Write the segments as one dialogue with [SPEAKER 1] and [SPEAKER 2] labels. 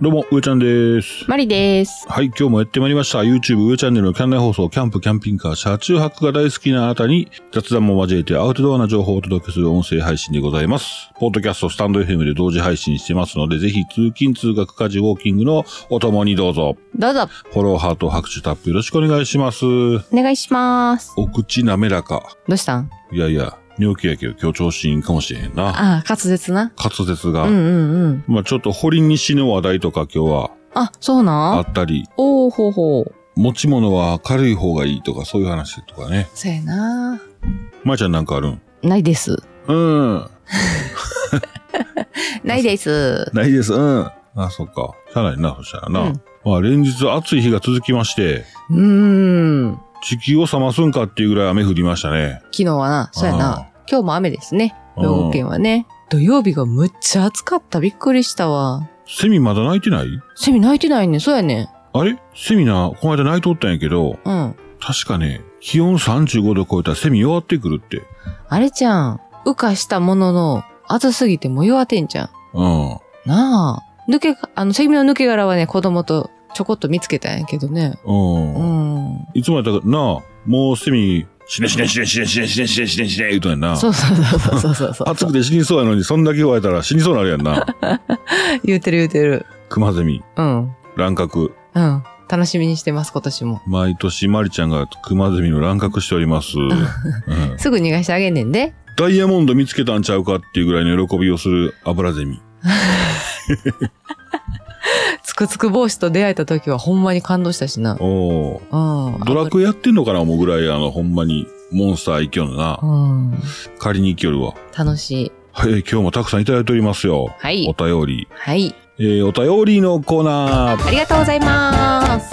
[SPEAKER 1] どうも、上ちゃんです。
[SPEAKER 2] マリです。
[SPEAKER 1] はい、今日もやってまいりました。YouTube 上チャンネルのキャンナイ放送、キャンプ、キャンピングカー、車中泊が大好きなあなたに、雑談も交えてアウトドアな情報をお届けする音声配信でございます。ポッドキャスト、スタンド FM で同時配信してますので、ぜひ通勤、通学、家事、ウォーキングのお供にどうぞ。
[SPEAKER 2] どうぞ、
[SPEAKER 1] フォロー、ハート、拍手、タップよろしくお願いします。
[SPEAKER 2] お願いします。
[SPEAKER 1] お口滑らか。
[SPEAKER 2] どうしたん
[SPEAKER 1] いやいや、尿気やけど今日調子いいんかもしれへんな。
[SPEAKER 2] ああ、滑舌な。
[SPEAKER 1] 滑舌が。
[SPEAKER 2] うんうんうん。
[SPEAKER 1] まあちょっと堀西の話題とか今日は
[SPEAKER 2] あ、そう
[SPEAKER 1] あ
[SPEAKER 2] なん
[SPEAKER 1] ったり、
[SPEAKER 2] おーほうほう。
[SPEAKER 1] 持ち物は軽い方がいいとかそういう話とかね。
[SPEAKER 2] そうやな。
[SPEAKER 1] まー、ちゃんなんかあるん
[SPEAKER 2] ないです。
[SPEAKER 1] うん。
[SPEAKER 2] ないです。
[SPEAKER 1] ないです。うん。あ、そっか。しゃあないな、そしたらな。
[SPEAKER 2] うん
[SPEAKER 1] まあ連日暑い日が続きまして、
[SPEAKER 2] うーん。
[SPEAKER 1] 地球を冷ますんかっていうぐらい雨降りましたね。
[SPEAKER 2] 昨日はな、そうやな。今日も雨ですね。
[SPEAKER 1] うん
[SPEAKER 2] 兵庫県はね。土曜日がむっちゃ暑かった。びっくりしたわ。
[SPEAKER 1] セミまだ鳴いてない
[SPEAKER 2] セミ泣いてないね。そうやね。
[SPEAKER 1] あれセミな、この間鳴いとったんやけど、
[SPEAKER 2] うん。
[SPEAKER 1] 確かね、気温35度超えたらセミ弱ってくるって。
[SPEAKER 2] あれちゃん、羽化したものの、暑すぎてもう弱てんじゃん。
[SPEAKER 1] うん。
[SPEAKER 2] なあ。抜け、あの、セミの抜け殻はね、子供とちょこっと見つけたんやけどね。
[SPEAKER 1] うん。
[SPEAKER 2] うん。
[SPEAKER 1] いつもやったらなあ、もうセミ、死ね死ね死ね死ね死ね死ね死ね死ね死ね言うとんやんな。
[SPEAKER 2] そうそうそうそうそうそ う。
[SPEAKER 1] 暑くて死にそうやのに、そんだけ言われたら死にそうなるやん な。
[SPEAKER 2] 言うてる言うてる。
[SPEAKER 1] 熊ゼミ、
[SPEAKER 2] うん。
[SPEAKER 1] 乱獲。
[SPEAKER 2] うん。楽しみにしてます、今年も。
[SPEAKER 1] 毎年マリちゃんが熊ゼミの乱獲しており ます。うん
[SPEAKER 2] すぐ逃がしてあげんねんで。
[SPEAKER 1] ダイヤモンド見つけたんちゃうかっていうぐらいの喜びをするアブラゼミ。
[SPEAKER 2] つくつく帽子と出会えた時はほんまに感動したしな。
[SPEAKER 1] おー
[SPEAKER 2] うん。
[SPEAKER 1] ドラクエやってんのかな思うぐらい、あの、ほんまにモンスター生きよるな
[SPEAKER 2] う。ん。
[SPEAKER 1] 借りに行きよるわ。
[SPEAKER 2] 楽しい。
[SPEAKER 1] はい、今日もたくさんいただいておりますよ。
[SPEAKER 2] はい
[SPEAKER 1] お便り。
[SPEAKER 2] はい。
[SPEAKER 1] えー、お便りのコーナー。
[SPEAKER 2] ありがとうございます。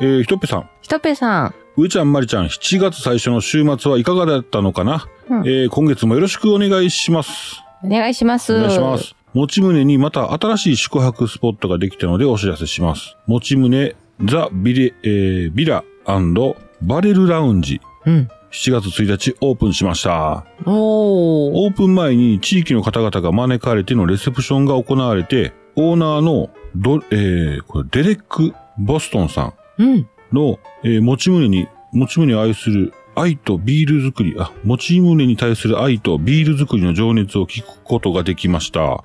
[SPEAKER 1] えー、ひとっぺさん。
[SPEAKER 2] ひとぺさん。
[SPEAKER 1] うーちゃんまりちゃん、7月最初の週末はいかがだったのかな、
[SPEAKER 2] うん
[SPEAKER 1] えー今月もよろしくお願いします。
[SPEAKER 2] お願いします。
[SPEAKER 1] お願いしま。す。持ち胸にまた新しい宿泊スポットができたのでお知らせします。持ち胸、ザ・ビレ、えービラバレルラウンジ。
[SPEAKER 2] うん。
[SPEAKER 1] 7月1日オープンしました。
[SPEAKER 2] おー。
[SPEAKER 1] オープン前に地域の方々が招かれてのレセプションが行われて、オーナーのド、えーこれデレック・ボストンさん
[SPEAKER 2] うん。
[SPEAKER 1] の、えー持ち胸に、持ち胸を愛する愛とビール作り、あ、持ち胸に対する愛とビール作りの情熱を聞くことができました。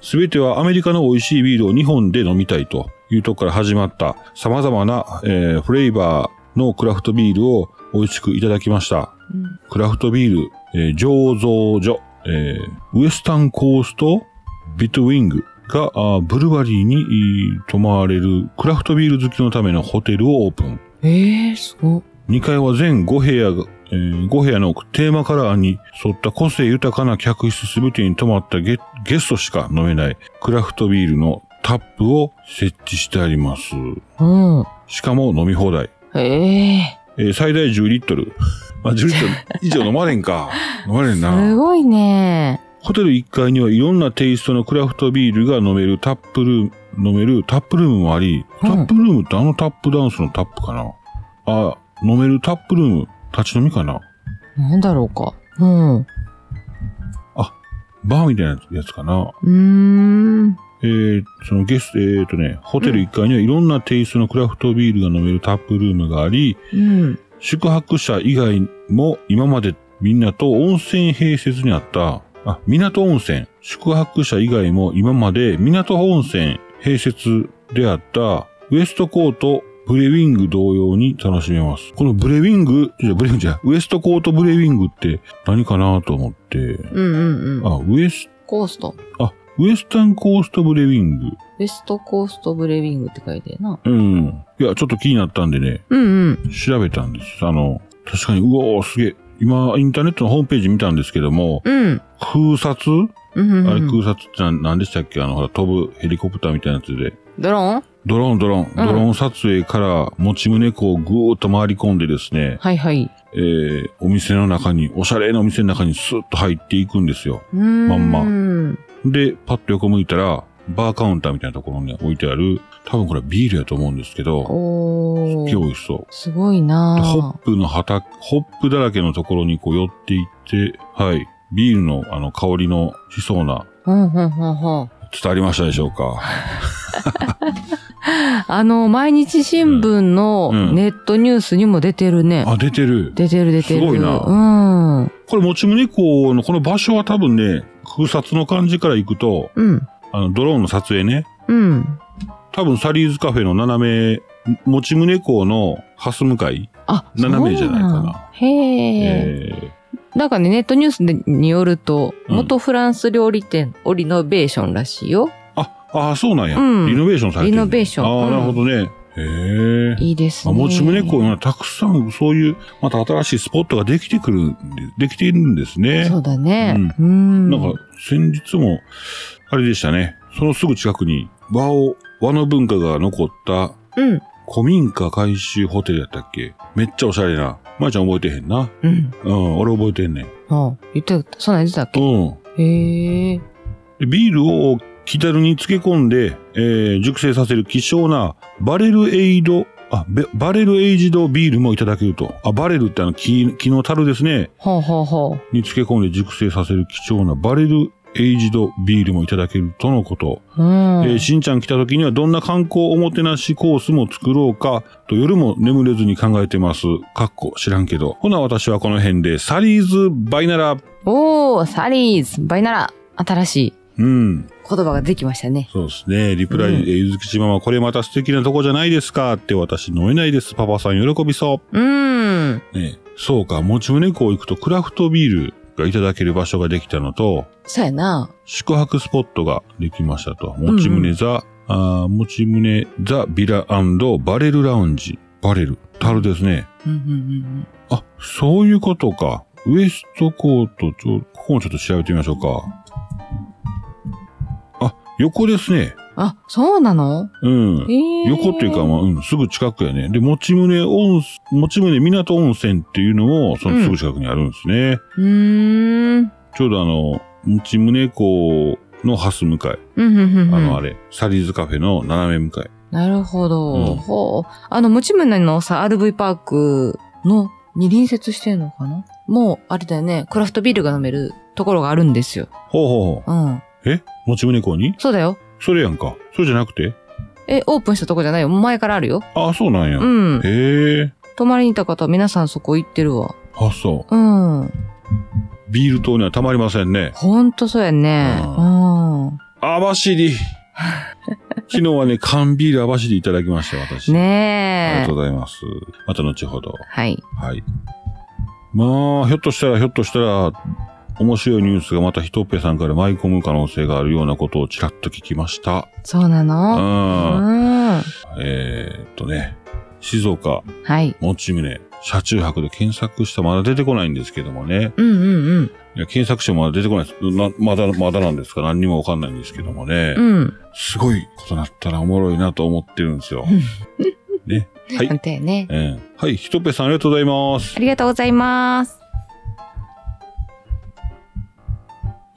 [SPEAKER 1] すべてはアメリカの美味しいビールを日本で飲みたいというところから始まった様々な、えーフレーバーのクラフトビールを美味しくいただきました。
[SPEAKER 2] うん
[SPEAKER 1] クラフトビール、えー醸造所、えーウエスタンコーストビットウィングがあーブルワリーにえー泊まれるクラフトビール好きのためのホテルをオープン。
[SPEAKER 2] えー、すごっ。
[SPEAKER 1] 2階は全5部屋が、え5部屋のテーマカラーに沿った個性豊かな客室すべてに泊まったゲゲストしか飲めないクラフトビールのタップを設置してあります。
[SPEAKER 2] うん。
[SPEAKER 1] しかも飲み放題。
[SPEAKER 2] ええ
[SPEAKER 1] えー最大10リットル。まあ、10リットル以上飲まれん か。飲まれんな。
[SPEAKER 2] すごいね。
[SPEAKER 1] ホテル1階にはいろんなテイストのクラフトビールが飲めるタップルーム、飲めるタップルームもあり、
[SPEAKER 2] うん
[SPEAKER 1] タップルームってあのタップダンスのタップかなあ、飲めるタップルーム、立ち飲みかな
[SPEAKER 2] なんだろうか。うん。う
[SPEAKER 1] バーみたいなやつかな
[SPEAKER 2] ーん。
[SPEAKER 1] えー、そのゲスト、えー、とね、ホテル1階にはいろんなテイストのクラフトビールが飲めるタップルームがあり、
[SPEAKER 2] うん。
[SPEAKER 1] 宿泊者以外も今までみんなと温泉併設にあった、あ、港温泉。宿泊者以外も今まで港温泉併設であったウエストコートブレウィング同様に楽しめます。このブレウィング、じゃブレウィングじゃないウエストコートブレウィングって何かなと思って、
[SPEAKER 2] うんうんうん。
[SPEAKER 1] あ、ウエス、
[SPEAKER 2] コースト。
[SPEAKER 1] あ、ウエスタンコーストブレウィング。
[SPEAKER 2] ウエストコーストブレビングって書いてるな。
[SPEAKER 1] うん。いや、ちょっと気になったんでね、
[SPEAKER 2] うんうん。
[SPEAKER 1] 調べたんです。あの、確かに、うおー、すげえ。今、インターネットのホームページ見たんですけども、
[SPEAKER 2] うん。
[SPEAKER 1] 空撮、
[SPEAKER 2] うんうんうん
[SPEAKER 1] あれ空撮ってな何でしたっけあの、ほら、飛ぶヘリコプターみたいなやつで。
[SPEAKER 2] ドローン
[SPEAKER 1] ドローン、ドローン。
[SPEAKER 2] うん
[SPEAKER 1] ドローン撮影から持ち胸こうぐーっと回り込んでですね、
[SPEAKER 2] はいはい。
[SPEAKER 1] えー、お店の中に、おしゃれなお店の中にスーッと入っていくんですよ。
[SPEAKER 2] うーん。
[SPEAKER 1] まんま
[SPEAKER 2] うん。
[SPEAKER 1] で、パッと横向いたら、バーカウンターみたいなところに置いてある、多分これはビールやと思うんですけど、
[SPEAKER 2] お
[SPEAKER 1] すっげえ
[SPEAKER 2] ー。
[SPEAKER 1] 美味しそう。
[SPEAKER 2] すごい
[SPEAKER 1] ホッ
[SPEAKER 2] な
[SPEAKER 1] プの畑、ホップだらけのところにこう寄っていって、はい。ビールのあの香りのしそうな、
[SPEAKER 2] うん、うん、うん、うん。
[SPEAKER 1] 伝わりましたでしょうか。
[SPEAKER 2] あの、毎日新聞の
[SPEAKER 1] うんうん
[SPEAKER 2] ネットニュースにも出てるね。
[SPEAKER 1] あ、出てる。
[SPEAKER 2] 出てる出てる。
[SPEAKER 1] すごいな
[SPEAKER 2] うん。
[SPEAKER 1] これ、もちむね港のこの場所は多分ね、空撮の感じから行くと、
[SPEAKER 2] うん。
[SPEAKER 1] あの、ドローンの撮影ね、
[SPEAKER 2] うん。
[SPEAKER 1] 多分サリーズカフェの斜め、もちむね港のハス向かい。
[SPEAKER 2] あ、
[SPEAKER 1] 斜めじゃないかな
[SPEAKER 2] そうの。へえ。
[SPEAKER 1] え
[SPEAKER 2] なんかね、ネットニュースによると、
[SPEAKER 1] うん
[SPEAKER 2] 元フランス料理店をリノベーションらしいよ。
[SPEAKER 1] ーあ、あーそうなんや。
[SPEAKER 2] うん
[SPEAKER 1] リノベーションされてる。
[SPEAKER 2] リノベーション
[SPEAKER 1] ああ、
[SPEAKER 2] うん
[SPEAKER 1] なるほどね。へえ。
[SPEAKER 2] いいです
[SPEAKER 1] まあ
[SPEAKER 2] ね。
[SPEAKER 1] もちむね港にはたくさんそういう、また新しいスポットができてくるんで、できているんですね。
[SPEAKER 2] そうだね。うん。
[SPEAKER 1] なんか、先日も、あれでしたね。そのすぐ近くに、和を、和の文化が残った
[SPEAKER 2] うん。
[SPEAKER 1] 古民家改修ホテルやったっけめっちゃおしゃれな。まー、ちゃん覚えてへんな。
[SPEAKER 2] うん。
[SPEAKER 1] うん、俺覚えてんねん。
[SPEAKER 2] あ言ってた、そんなん言ってたっけ
[SPEAKER 1] うん。
[SPEAKER 2] へえ。
[SPEAKER 1] でビールを木樽に漬け込んで、えー熟成させる希少なバレルエイド、あ、べバレルエイジドビールもいただけると。あ、バレルってあの木、木の樽ですね。
[SPEAKER 2] ほうほうほう。
[SPEAKER 1] に漬け込んで熟成させる貴重なバレルエイジドビールもいただけるとのこと。
[SPEAKER 2] うん。
[SPEAKER 1] えーしんちゃん来た時にはどんな観光おもてなしコースも作ろうか、と夜も眠れずに考えてます。かっこ知らんけど。ほな私はこの辺で、サリーズバイナラ。
[SPEAKER 2] おー、サリーズ、バイナラ、新しい
[SPEAKER 1] うん。
[SPEAKER 2] 言葉ができましたね。
[SPEAKER 1] そうですね。リプライ、
[SPEAKER 2] うん
[SPEAKER 1] えーゆずきちママ、これまた素敵なとこじゃないですかって私飲めないです。パパさん喜びそう
[SPEAKER 2] ーん。
[SPEAKER 1] う。ね、そうか、もち胸港行くとクラフトビールがいただける場所ができたのと、
[SPEAKER 2] そうやな。
[SPEAKER 1] 宿泊スポットができましたと。もちむねザ、あーもちむねザビラバレルラウンジ。バレル。樽ですね。
[SPEAKER 2] うんうんうん
[SPEAKER 1] あ、そういうことか。ウエストコート、ちょ、ここもちょっと調べてみましょうか。あ、横ですね。
[SPEAKER 2] うん。あ、そうなの
[SPEAKER 1] うん。
[SPEAKER 2] えー、
[SPEAKER 1] 横っていうか、まあ、うん、すぐ近くやね。で、もちむね温泉、もちむね港温泉っていうのも、そのすぐ近くにあるんですね。
[SPEAKER 2] うーん。
[SPEAKER 1] ちょうどあの、もちむね港のハス向かい。
[SPEAKER 2] うんうんうんうん。
[SPEAKER 1] あの、あれ、サリーズカフェの斜め向かい。
[SPEAKER 2] なるほど。
[SPEAKER 1] うん
[SPEAKER 2] ほう。あの、ムチムネのさ、RV パークの、に隣接してんのかなもう、あれだよね、クラフトビールが飲めるところがあるんですよ。
[SPEAKER 1] ほうほうほ
[SPEAKER 2] うん。
[SPEAKER 1] う。えもち胸港に
[SPEAKER 2] そうだよ。
[SPEAKER 1] それやんか。そうじゃなくて
[SPEAKER 2] え、オープンしたとこじゃないよ。前からあるよ。
[SPEAKER 1] ああ、そうなんや。
[SPEAKER 2] うん。
[SPEAKER 1] へえ。
[SPEAKER 2] 泊まりに行った方は皆さんそこ行ってるわ。
[SPEAKER 1] あ、そ
[SPEAKER 2] うん。
[SPEAKER 1] う。ビール糖にはたまりませんね。
[SPEAKER 2] ほんとそうやね。
[SPEAKER 1] う
[SPEAKER 2] うん。
[SPEAKER 1] 網走。 昨日はね、缶ビール網走いただきましたよ、私。あり
[SPEAKER 2] ね
[SPEAKER 1] が
[SPEAKER 2] え
[SPEAKER 1] とう。ございます。また後ほど。
[SPEAKER 2] はい。
[SPEAKER 1] はい。まあ、ひょっとしたら、ひょっとしたら、面白いニュースがまたひとっぺさんから舞い込む可能性があるようなことをちらっと聞きました。
[SPEAKER 2] そうな
[SPEAKER 1] う
[SPEAKER 2] の
[SPEAKER 1] ん。
[SPEAKER 2] うん。
[SPEAKER 1] えーっとね、静岡、
[SPEAKER 2] はい。
[SPEAKER 1] もちむね、車中泊で検索したまだ出てこないんですけどもね。
[SPEAKER 2] うんうん
[SPEAKER 1] いや、検索してもまだ出てこないです。なまだ、まだなんですか何にもわかんないんですけどもね。
[SPEAKER 2] うん。うん。
[SPEAKER 1] すごいことなったらおもろいなと思ってるんですよ。ね。はい
[SPEAKER 2] なんてね。
[SPEAKER 1] ええはい、ひとぺさんありがとうございます
[SPEAKER 2] あ。りがとうございます。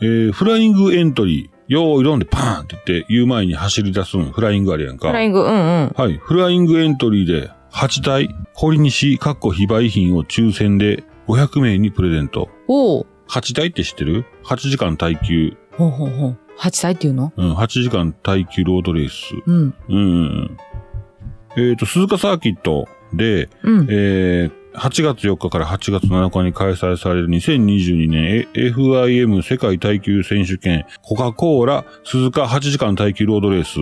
[SPEAKER 1] えー、フライングエントリー、よーいろんでパーンって言って、言う前に走り出すん、フライングあれやんか。
[SPEAKER 2] フライング、うんうん。
[SPEAKER 1] はい。フライングエントリーで、8体、堀西、かっこ非売品を抽選で500名にプレゼント。
[SPEAKER 2] おう。
[SPEAKER 1] 8体って知ってる ?8 時間耐久。
[SPEAKER 2] ほうほうほう。8歳っていうの
[SPEAKER 1] うん、8時間耐久ロードレース。
[SPEAKER 2] うん。
[SPEAKER 1] うんうんうん。えっ、と、鈴鹿サーキットで、
[SPEAKER 2] うん。
[SPEAKER 1] えー8月4日から8月7日に開催される2022年 A- FIM 世界耐久選手権コカ・コーラ鈴鹿8時間耐久ロードレース、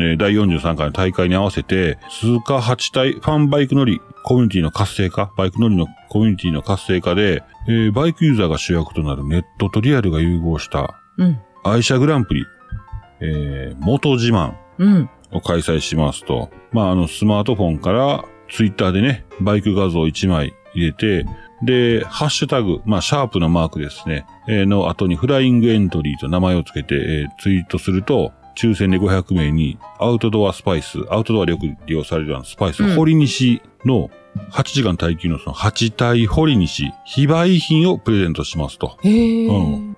[SPEAKER 1] えー第43回の大会に合わせて鈴鹿8体ファンバイク乗りコミュニティの活性化、バイク乗りのコミュニティの活性化で、えーバイクユーザーが主役となるネットとリアルが融合した
[SPEAKER 2] うん。
[SPEAKER 1] 愛車グランプリ、えー元自慢、
[SPEAKER 2] うん。
[SPEAKER 1] を開催しますと。まあ、あの、スマートフォンから、ツイッターでね、バイク画像1枚入れて、で、ハッシュタグ、まあ、シャープのマークですね、えーの後にフライングエントリーと名前をつけて、えーツイートすると、抽選で500名に、アウトドアスパイス、アウトドアでよく利用されるあのスパイス、
[SPEAKER 2] うん
[SPEAKER 1] 堀西の8時間耐久のその8体堀西、非売品をプレゼントしますと。
[SPEAKER 2] へえ。
[SPEAKER 1] うん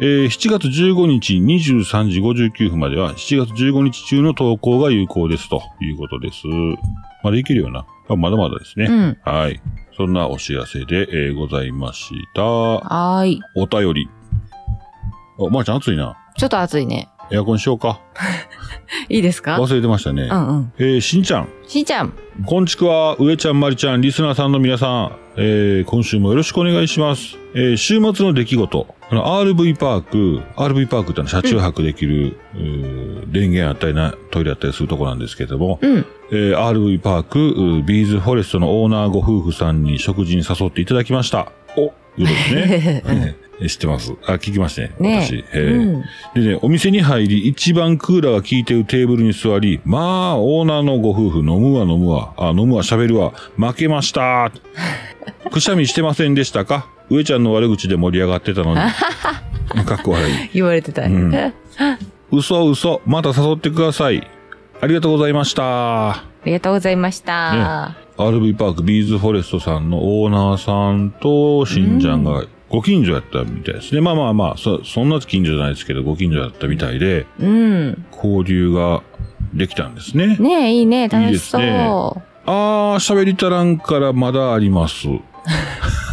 [SPEAKER 1] えー7月15日23時59分までは7月15日中の投稿が有効ですということです。まだいけるよな。あまだまだです
[SPEAKER 2] う
[SPEAKER 1] ね。
[SPEAKER 2] ん。
[SPEAKER 1] はい。そんなお知らせで、えーございました。
[SPEAKER 2] はーい。
[SPEAKER 1] お便り。あ、まー、ちゃん暑いな。
[SPEAKER 2] ちょっと暑いね。
[SPEAKER 1] エアコンしようか。
[SPEAKER 2] いいですか
[SPEAKER 1] 忘れてましたね
[SPEAKER 2] う。んうん。
[SPEAKER 1] えー、しんちゃん。
[SPEAKER 2] しんちゃん。
[SPEAKER 1] こんちくは、上ちゃん、まりちゃん、リスナーさんの皆さん、えー、今週もよろしくお願いします。えー、週末の出来事、あの、RV パーク、RV パークってのは車中泊できる、うー電源あったりな、トイレあったりするとこなんですけれども、
[SPEAKER 2] うん。
[SPEAKER 1] えー RV パーク、うービーズフォレストのオーナーご夫婦さんに食事に誘っていただきました。お、いうことですね。えー知ってます。あ、聞きましたね。
[SPEAKER 2] ね
[SPEAKER 1] 私。えー
[SPEAKER 2] うん。
[SPEAKER 1] でね、お店に入り、一番クーラーが効いてるテーブルに座り、まあ、オーナーのご夫婦、飲むわ飲むわ、あ、飲むわ喋るわ、負けました。くしゃみしてませんでしたか上ちゃんの悪口で盛り上がってたのに。かっこ悪い。
[SPEAKER 2] 言われてた。
[SPEAKER 1] うん
[SPEAKER 2] あ
[SPEAKER 1] 嘘嘘、また誘ってください。ありがとうございました。
[SPEAKER 2] りがとうございました。
[SPEAKER 1] RV パークビーズフォレストさんのオーナーさんと、しんちゃんがご近所やったみたいですね。まあまあまあ、そ、そんな近所じゃないですけど、ご近所やったみたいで、
[SPEAKER 2] うん。
[SPEAKER 1] 交流ができたんですね。
[SPEAKER 2] ねえ、いいね。楽し
[SPEAKER 1] いいで
[SPEAKER 2] そ
[SPEAKER 1] あー、喋り足らんからまだあります。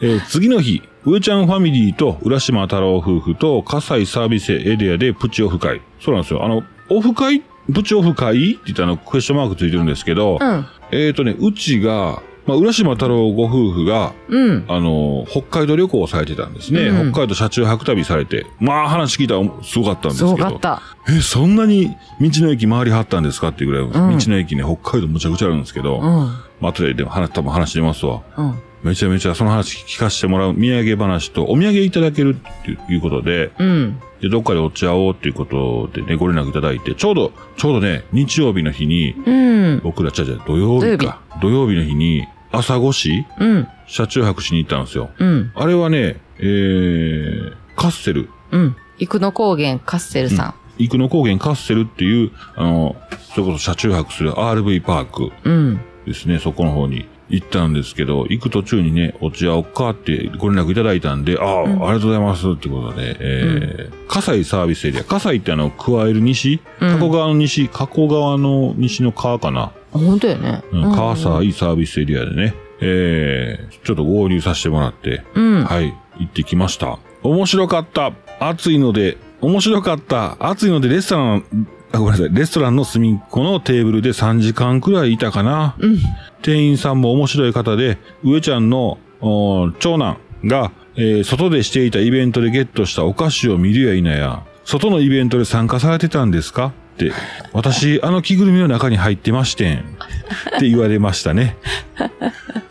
[SPEAKER 1] えー次の日、上ちゃんファミリーと浦島太郎夫婦と葛西サービスエリアでプチオフ会。そうなんですよ。あの、オフ会プチオフ会って言ったのクエスチョンマークついてるんですけど、
[SPEAKER 2] う。うん。
[SPEAKER 1] えーとね、うちが、まあ、浦島太郎ご夫婦が、
[SPEAKER 2] うん。
[SPEAKER 1] あのー北海道旅行をされてたんですね。
[SPEAKER 2] うん
[SPEAKER 1] 北海道車中泊旅されて。まあ話聞いたらすごかったんです
[SPEAKER 2] す
[SPEAKER 1] けど。
[SPEAKER 2] ごかった。
[SPEAKER 1] え、そんなに道の駅回りはったんですかっていうぐらい、
[SPEAKER 2] ん
[SPEAKER 1] 道の駅ね、北海道むちゃくちゃあるんですけど、
[SPEAKER 2] う
[SPEAKER 1] ま
[SPEAKER 2] ん。
[SPEAKER 1] あ後ででも話、多分話出ますわ。
[SPEAKER 2] うん。
[SPEAKER 1] めちゃめちゃその話聞かせてもらう、土産話とお土産いただけるっていうことで、
[SPEAKER 2] うん。
[SPEAKER 1] で、どっかでお茶をっていうことでね、ご連絡いただいて、ちょうど、ちょうどね、日曜日の日に、
[SPEAKER 2] うん。
[SPEAKER 1] 僕ら、ちゃうちゃう土曜日か。土曜日の日に、朝越し、
[SPEAKER 2] うん。
[SPEAKER 1] 車中泊しに行ったんですよ。
[SPEAKER 2] うん。
[SPEAKER 1] あれはね、えー、カッセル。
[SPEAKER 2] うん。生野高原カッセルさ
[SPEAKER 1] 生野高原カッセルっていう、あの、それこそ車中泊する RV パーク
[SPEAKER 2] ん。うん。
[SPEAKER 1] ですね、そこの方に行ったんですけど、行く途中にね、落ち合おっかってご連絡いただいたんで、ああ、
[SPEAKER 2] うん
[SPEAKER 1] ありがとうございますってことで、えー、葛西サービスエリア。葛西ってあの、加える西
[SPEAKER 2] うん
[SPEAKER 1] 加古川の西、加古川の西の川かな。
[SPEAKER 2] あ本当よね。
[SPEAKER 1] うん、川西サービスエリアでね、えー、ちょっと合流させてもらって、
[SPEAKER 2] うん。
[SPEAKER 1] はい、行ってきました。面白かった。暑いので、面白かった。暑いので、レストラン、あごめんなさい、レストランの隅っこのテーブルで3時間くらいいたかな。
[SPEAKER 2] うん。
[SPEAKER 1] 店員さんも面白い方で、上ちゃんの、おー長男が、えー外でしていたイベントでゲットしたお菓子を見るや否や、外のイベントで参加されてたんですかって、私、あの着ぐるみの中に入ってましてん。って言われました ね。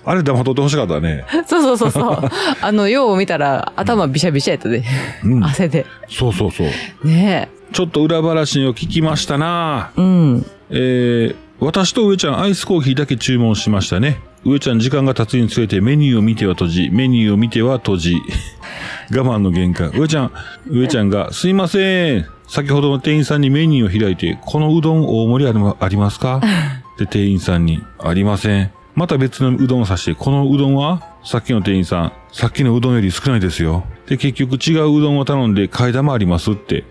[SPEAKER 1] あれ黙っとってほしかったね。
[SPEAKER 2] そうそうそうそう。あの、よう見たら頭びしゃびしゃやったで。
[SPEAKER 1] うん。
[SPEAKER 2] 汗で。
[SPEAKER 1] そうそうそう。
[SPEAKER 2] ね
[SPEAKER 1] ちょっと裏話を聞きましたな
[SPEAKER 2] え。うん。
[SPEAKER 1] えー、私と上ちゃんアイスコーヒーだけ注文しましたね。上ちゃん時間が経つにつれてメニューを見ては閉じ、メニューを見ては閉じ。 我慢の限界。上ちゃん、上ちゃんが、すいません。先ほどの店員さんにメニューを開いて、このうどん大盛りありまありますかで、店員さんに、ありません。また別のうどんを指して、このうどんはさっきの店員さん、さっきのうどんより少ないですよ。で、結局違ううどんを頼んで、替え玉ありますって。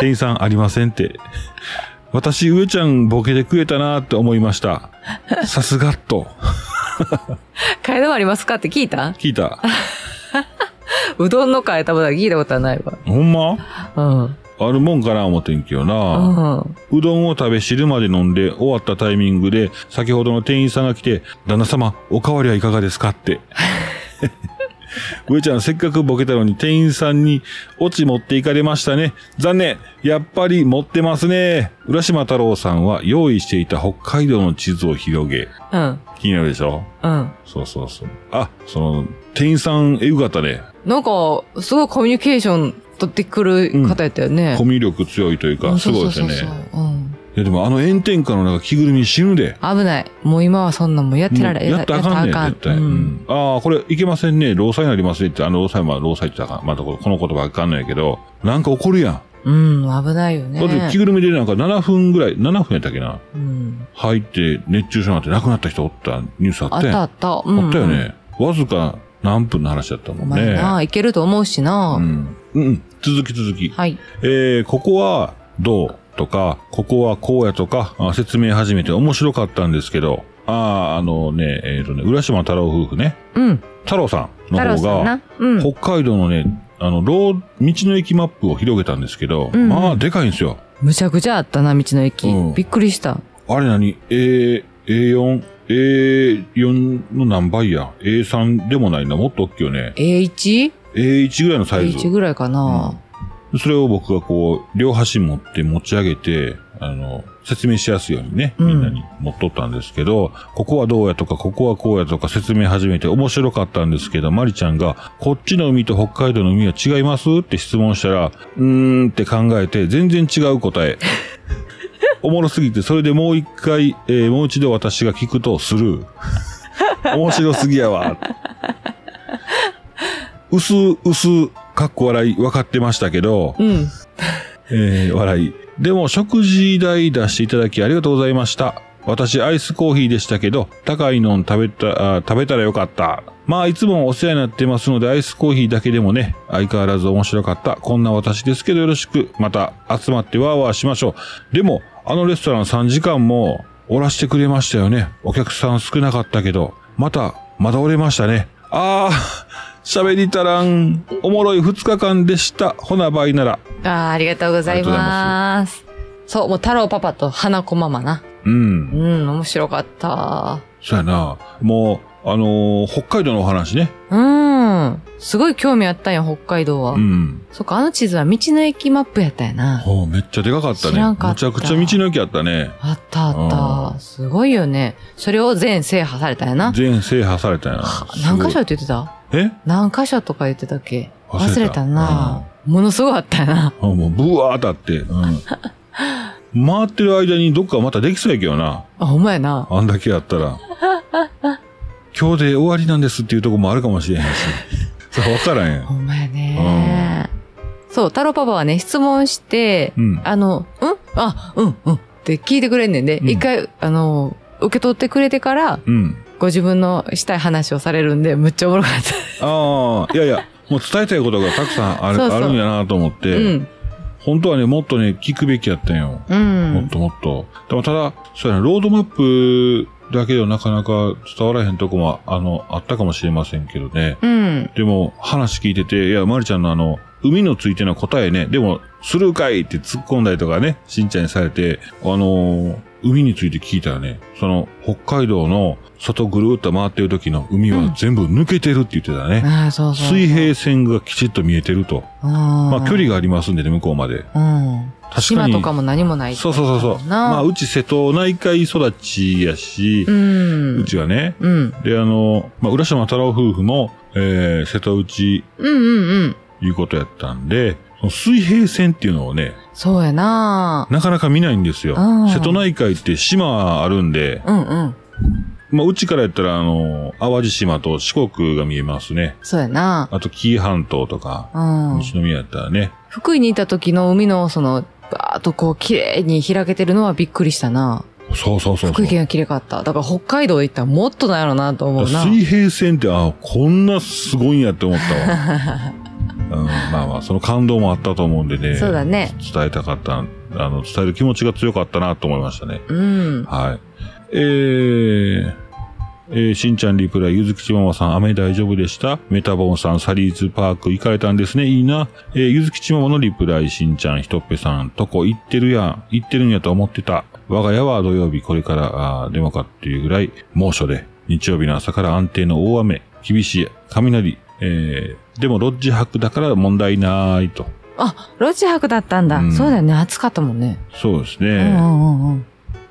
[SPEAKER 1] 店員さんありませんって。私、上ちゃんボケてくれたなって思いました。さすがっと。
[SPEAKER 2] 替え玉ありますかって聞いた
[SPEAKER 1] 聞いた。
[SPEAKER 2] うどんの替え玉だけ聞いたことはないわ。
[SPEAKER 1] ほんま
[SPEAKER 2] うん。
[SPEAKER 1] あるもんかな思ってんけどな。
[SPEAKER 2] うん。
[SPEAKER 1] うどんを食べ汁まで飲んで終わったタイミングで、先ほどの店員さんが来て、旦那様、おかわりはいかがですかって。上ちゃん、せっかくボケたのに店員さんに、オチ持っていかれましたね。残念やっぱり持ってますね浦島太郎さんは用意していた北海道の地図を広げ。
[SPEAKER 2] うん。
[SPEAKER 1] 気になるでしょ
[SPEAKER 2] うん。
[SPEAKER 1] そうそうそう。あ、その、店員さん、えぐかったね。
[SPEAKER 2] なんか、すごいコミュニケーション取ってくる方やったよね。
[SPEAKER 1] コミュ力強いという
[SPEAKER 2] うん
[SPEAKER 1] か、すごいですよね。
[SPEAKER 2] そうそうそうそううん。
[SPEAKER 1] いや、でもあの炎天下の中、着ぐるみ死ぬで。
[SPEAKER 2] 危ない。もう今はそんなもんやってられ、
[SPEAKER 1] もうやったらあかんねん、絶対。
[SPEAKER 2] う
[SPEAKER 1] うんああ、これいけませんね。労災になりますねって、あの労災は労災って言ったらあかん。またこの言葉あかんないけど、なんか怒るや
[SPEAKER 2] うん、危ないよ
[SPEAKER 1] ん。だって
[SPEAKER 2] ね
[SPEAKER 1] 着。ぐるみでなんか7分ぐらい、7分やったっけな。
[SPEAKER 2] うん。
[SPEAKER 1] 入って熱中症になって亡くなった人おったニュースあ
[SPEAKER 2] あ
[SPEAKER 1] っ
[SPEAKER 2] った
[SPEAKER 1] やん
[SPEAKER 2] たあった。うん
[SPEAKER 1] あったよ。ね。わずか何分の話だったも
[SPEAKER 2] お
[SPEAKER 1] ん
[SPEAKER 2] 前
[SPEAKER 1] ね。
[SPEAKER 2] な、いけると思うし
[SPEAKER 1] う
[SPEAKER 2] な。
[SPEAKER 1] ん。うん。続き続き。
[SPEAKER 2] はい。
[SPEAKER 1] えーここはどうとか、ここはこうやとか、あ説明始めて面白かったんですけど、ああ、あのね、えっ、とね、浦島太郎夫婦ね、
[SPEAKER 2] うん。
[SPEAKER 1] 太郎さんの
[SPEAKER 2] 太郎さ
[SPEAKER 1] 方が、
[SPEAKER 2] んな。うん。
[SPEAKER 1] 北海道のね、あの、ロー、道の駅マップを広げたんですけど、
[SPEAKER 2] うん
[SPEAKER 1] まあ、でかいんですよ。
[SPEAKER 2] むちゃくちゃあったな、道の駅。
[SPEAKER 1] うん
[SPEAKER 2] びっくりした。
[SPEAKER 1] あれ何 ?A、A4、A4 の何倍や ?A3 でもないな。もっと大きいよね。
[SPEAKER 2] A1?A1
[SPEAKER 1] A1 ぐらいのサイズ。
[SPEAKER 2] ぐらいかな。
[SPEAKER 1] それを僕がこう、両端持って持ち上げて、あの、説明しやすいようにね、
[SPEAKER 2] うん
[SPEAKER 1] みんなに持っとったんですけど、ここはどうやとか、ここはこうやとか説明始めて面白かったんですけど、マリちゃんが、こっちの海と北海道の海は違いますって質問したら、うーんって考えて、全然違う答 え。おもろすぎて、それでもう一回、えーもう一度私が聞くとスルー。面白すぎや わ。薄薄かっこ笑い、分かってましたけど、
[SPEAKER 2] うん。
[SPEAKER 1] えー、笑い。でも、食事代出していただきありがとうございました。私、アイスコーヒーでしたけど、高いのん食べた、あ食べたらよかった。まあ、いつもお世話になってますので、アイスコーヒーだけでもね、相変わらず面白かった。こんな私ですけどよろしく。また、集まってワーワーしましょう。でも、あのレストラン3時間も、おらしてくれましたよね。お客さん少なかったけど、また、まだおれましたね。あー、喋りたらん。おもろい2日間でした。ほな、ばいなら。
[SPEAKER 2] あーありがとうございます。そう、もう太郎パパと花子ママな。
[SPEAKER 1] うん
[SPEAKER 2] う。ん、面白かった。
[SPEAKER 1] そうやな。もう、あのー北海道のお話ね。
[SPEAKER 2] うん。すごい興味あったんや、北海道は。
[SPEAKER 1] うん。
[SPEAKER 2] そっか、あの地図は道の駅マップやったんやな。
[SPEAKER 1] ほう、めっちゃでかかったね。
[SPEAKER 2] 知らんかった
[SPEAKER 1] めちゃくちゃ道の駅あったね。
[SPEAKER 2] あったあった。すごいよね。それを全制覇されたんやな。
[SPEAKER 1] 全制覇されたんやな
[SPEAKER 2] は。何箇
[SPEAKER 1] す
[SPEAKER 2] 所って言ってた
[SPEAKER 1] ごいえ
[SPEAKER 2] 何箇所とか言ってたっけ
[SPEAKER 1] 忘れた
[SPEAKER 2] 忘れたな。ものすごかったよな。
[SPEAKER 1] あもう、ブワー当たって。 うん。回ってる間にどっかまたできそうやけどな。
[SPEAKER 2] あ、ほんまやな。
[SPEAKER 1] あんだけやったら。今日で終わりなんですっていうとこもあるかもしれへんし。そう、わからへん。
[SPEAKER 2] ほんまやね。そう、太郎パパはね、質問して、
[SPEAKER 1] うん。
[SPEAKER 2] あの、うんあ、うん、うんって聞いてくれんねんで、
[SPEAKER 1] うん
[SPEAKER 2] 一回、あの、受け取ってくれてから、
[SPEAKER 1] うん。
[SPEAKER 2] ご自分のしたい話をされるんで、むっちゃおもろかった。
[SPEAKER 1] ああ、いやいや、もう伝えたいことがたくさんある、
[SPEAKER 2] そうそう
[SPEAKER 1] あるんやなと思って、
[SPEAKER 2] うん。
[SPEAKER 1] 本当はね、もっとね、聞くべきやったんよ。
[SPEAKER 2] う
[SPEAKER 1] もっ
[SPEAKER 2] ん。
[SPEAKER 1] ともっと。でもただ、そうやな、ロードマップだけではなかなか伝わらへんとこも、あの、あったかもしれませんけどね。
[SPEAKER 2] うん。
[SPEAKER 1] でも、話聞いてて、いや、まりちゃんのあの、海のついての答えね、でも、スルーかいって突っ込んだりとかね、しんちゃんにされて、あのー海について聞いたらね、その、北海道の外ぐるーっと回ってる時の海
[SPEAKER 2] うん
[SPEAKER 1] は全部抜けてるって言ってたね。
[SPEAKER 2] ああ、そうそう。
[SPEAKER 1] 水。平線がきちっと見えてると。
[SPEAKER 2] ま
[SPEAKER 1] まあ、距離がありますんでね、向こうまで。
[SPEAKER 2] うん。
[SPEAKER 1] 確か
[SPEAKER 2] 島
[SPEAKER 1] に。
[SPEAKER 2] とかも何もないって
[SPEAKER 1] そ
[SPEAKER 2] こ
[SPEAKER 1] う
[SPEAKER 2] と
[SPEAKER 1] そう
[SPEAKER 2] だ
[SPEAKER 1] そ
[SPEAKER 2] も
[SPEAKER 1] うん
[SPEAKER 2] な。
[SPEAKER 1] そう。まあ、うち瀬戸内海育ちやし
[SPEAKER 2] う、ん。
[SPEAKER 1] うちはね。
[SPEAKER 2] うん。
[SPEAKER 1] で、あの、まあ、浦島太郎夫婦も、えー、瀬戸内
[SPEAKER 2] うんうんうん。
[SPEAKER 1] いうことやったんで、その水平線っていうのをね、
[SPEAKER 2] そうやな
[SPEAKER 1] なかなか見ないんですよ。
[SPEAKER 2] うん
[SPEAKER 1] 瀬戸内海って島あるんで、
[SPEAKER 2] うんうん。
[SPEAKER 1] まあ、うちからやったら、あの、淡路島と四国が見えますね。
[SPEAKER 2] そうやな
[SPEAKER 1] あと、紀伊半島とか、
[SPEAKER 2] うん。
[SPEAKER 1] 西宮やったらね。
[SPEAKER 2] 福井にいた時の海のその、バーっとこう綺麗に開けてるのはびっくりしたな
[SPEAKER 1] そうそうそうそう。
[SPEAKER 2] 福井県が綺麗かった。だから北海道行ったらもっとなんやろなと思うな。
[SPEAKER 1] 水平線って、あこんなすごいんやって思った わ。うん、まあまあ、その感動もあったと思うんでね。
[SPEAKER 2] そうだね。
[SPEAKER 1] 伝えたかった、あの、伝える気持ちが強かったなと思いましたね。
[SPEAKER 2] うん。
[SPEAKER 1] はい。えー、えーしんちゃんリプライ、ゆずきちママさん、雨大丈夫でしたメタボンさん、サリーズパーク行かれたんですね。いいな。えーゆずきちママのリプライ、しんちゃん、ひとっぺさん、とこ行ってるやん。行ってるんやと思ってた。我が家は土曜日これから、あーでもかっていうぐらい猛暑で、日曜日の朝から安定の大雨、厳しい雷、えー、でもロッジ泊だから問題ないと。
[SPEAKER 2] あ、ロジ博だったんだ。
[SPEAKER 1] うん
[SPEAKER 2] そうだよね。暑かったもんね。
[SPEAKER 1] そうです
[SPEAKER 2] う
[SPEAKER 1] ね
[SPEAKER 2] んう。んうん。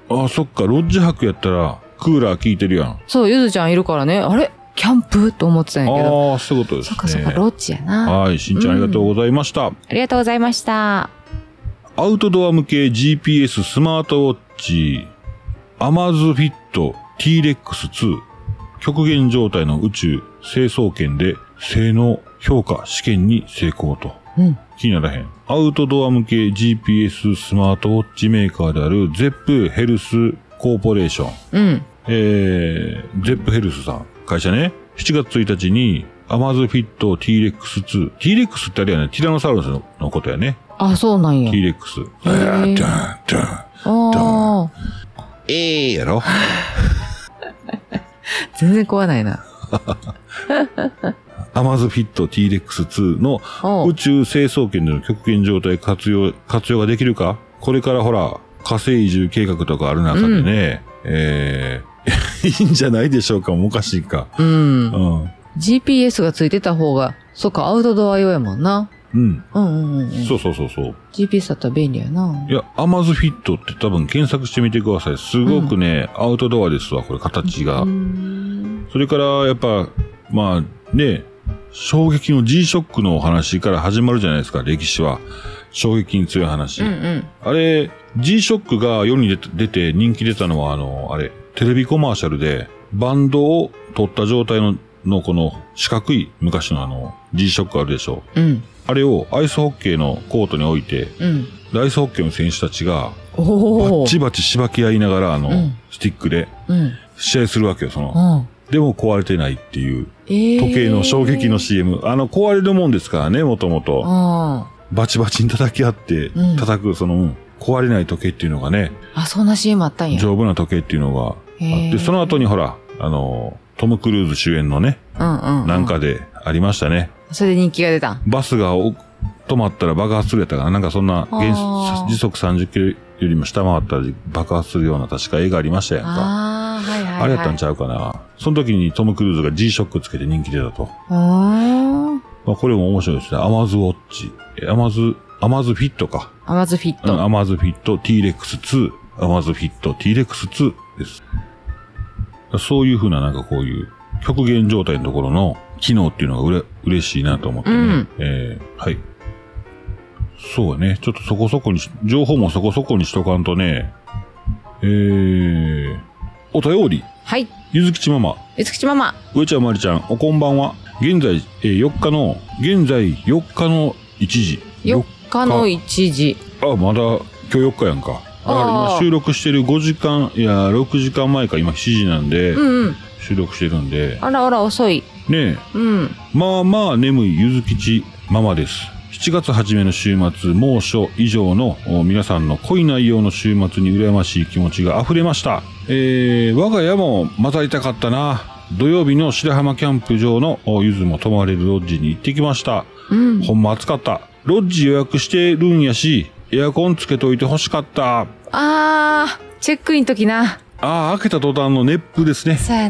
[SPEAKER 1] あー、そっか、ロッジ泊やったら、クーラー効いてるやん。あ
[SPEAKER 2] そう、ゆずちゃんいるからね。あれキャンプと思ってたん
[SPEAKER 1] あ
[SPEAKER 2] やけど。
[SPEAKER 1] ー、そういうことですね。
[SPEAKER 2] そっかそっか、ロッジやな。
[SPEAKER 1] はい、しんちゃんありがとうございました。
[SPEAKER 2] ありがとうございました。
[SPEAKER 1] アウトドア向け GPS スマートウォッチ、アマズフィット T-Rex2、極限状態の宇宙成層圏で性能評価試験に成功と。
[SPEAKER 2] うん。
[SPEAKER 1] 気にならへん。アウトドア向け GPS スマートウォッチメーカーであるゼップヘルスコーポレーション。
[SPEAKER 2] うん。
[SPEAKER 1] えー、ゼップヘルスさん、会社ね、7月1日に、アマズフィット T-Rex2。T-Rex ってあれやね、ティラノサウルスののことやね。
[SPEAKER 2] あ、そうなんや。
[SPEAKER 1] T-Rex。え
[SPEAKER 2] ー
[SPEAKER 1] ー、ダン、ダ
[SPEAKER 2] ああ。
[SPEAKER 1] ン。ええやろ
[SPEAKER 2] 全然怖ないな。
[SPEAKER 1] アマゾフィット T-Rex2 の
[SPEAKER 2] おう
[SPEAKER 1] 宇宙成層圏での極限状態活用、活用ができるかこれからほら、火星移住計画とかある中でね、えー、 いいんじゃないでしょうかもうおかしいか。
[SPEAKER 2] うん
[SPEAKER 1] う。ん。
[SPEAKER 2] GPS がついてた方が、そっか、アウトドア用やもんな。
[SPEAKER 1] うん。
[SPEAKER 2] うんうんうん。
[SPEAKER 1] そうそうそうそう。。
[SPEAKER 2] GPS だったら便利やない
[SPEAKER 1] や、アマズフィットって多分検索してみてください。すごくね、アウトドアですわ、これ形が。
[SPEAKER 2] うーん
[SPEAKER 1] それから、やっぱ、まあ、ね、衝撃の G-SHOCK のお話から始まるじゃないですか、歴史は。衝撃に強い話。
[SPEAKER 2] うんうん。
[SPEAKER 1] あれ、G-SHOCK が世に出て出て人気出たのは、あの、あれ、テレビコマーシャルで、バンドを取った状態の、のこの四角い昔のあの、G-SHOCK あるでしょ。
[SPEAKER 2] うん
[SPEAKER 1] あれをアイスホッケーのコートに置いて、
[SPEAKER 2] うん。
[SPEAKER 1] アイスホッケーの選手たちが、バ
[SPEAKER 2] お
[SPEAKER 1] ッ
[SPEAKER 2] お。
[SPEAKER 1] チバチしばき合いながら、あの、
[SPEAKER 2] うん
[SPEAKER 1] スティックで
[SPEAKER 2] うん。う
[SPEAKER 1] 試合するわけよ、その。
[SPEAKER 2] ん。
[SPEAKER 1] でも壊れてないっていう、
[SPEAKER 2] ええ。
[SPEAKER 1] 時計の衝撃の CM。あの、壊れるもんですからね、もともと。
[SPEAKER 2] あ
[SPEAKER 1] バチバチに叩き合って
[SPEAKER 2] うん、
[SPEAKER 1] 叩く、その、うん壊れない時計っていうのがね、
[SPEAKER 2] あ。あ、そんな CM あったんや。
[SPEAKER 1] 丈夫な時計っていうのがあっ
[SPEAKER 2] へ
[SPEAKER 1] て、
[SPEAKER 2] ー
[SPEAKER 1] その後にほら、あの、トム・クルーズ主演のね、
[SPEAKER 2] うんうんう。
[SPEAKER 1] なんかでありましたね。
[SPEAKER 2] それで人気が出たん。
[SPEAKER 1] バスがお止まったら爆発するやったかな。なんかそんな、原
[SPEAKER 2] あー
[SPEAKER 1] 時速30キロよりも下回ったら爆発するような確か映画ありましたやんか。
[SPEAKER 2] ああ、はいはいはい。
[SPEAKER 1] あれやったんちゃうかな。その時にトム・クルーズが G ショックつけて人気出たと。
[SPEAKER 2] あ
[SPEAKER 1] まあ、これも面白いですね。アマズウォッチ。えアマズ、アマズフィットか。
[SPEAKER 2] あ。アマズフィッ
[SPEAKER 1] う
[SPEAKER 2] ト。
[SPEAKER 1] ん、アマズフィット T-Rex2。アマズフィット T-Rex2 です。そういうふうななんかこういう極限状態のところの機能っていうのがうれ嬉しいなと思ってね。
[SPEAKER 2] うん
[SPEAKER 1] えーはい。そうやね。ちょっとそこそこにし、情報もそこそこにしとかんとね。えー、お便り。
[SPEAKER 2] はい。
[SPEAKER 1] ゆずきちママ。
[SPEAKER 2] いつきちママ。
[SPEAKER 1] 上ちゃんまりちゃん、おこんばんは。現在、えー4日の、現在4日の1時。
[SPEAKER 2] 4日の1時。
[SPEAKER 1] あ、まだ今日4日やんか。だから
[SPEAKER 2] あー
[SPEAKER 1] 今収録してる5時間、いや、6時間前か、今7時なんで、
[SPEAKER 2] うんうん。
[SPEAKER 1] 収録してるんで、
[SPEAKER 2] あらあら、遅い。
[SPEAKER 1] ねえ、
[SPEAKER 2] うん。
[SPEAKER 1] まあまあ眠いゆずきちママです。7月初めの週末、猛暑以上のお皆さんの濃い内容の週末に羨ましい気持ちが溢れました。えー、我が家もまたいたかったな。土曜日の白浜キャンプ場のおゆずも泊まれるロッジに行ってきました。
[SPEAKER 2] うん。
[SPEAKER 1] ほんま暑かった。ロッジ予約してるんやし、エアコンつけといて欲しかった。あ
[SPEAKER 2] あー、チェックイン時な。
[SPEAKER 1] あ、開けた途端の熱風ですね。
[SPEAKER 2] そうや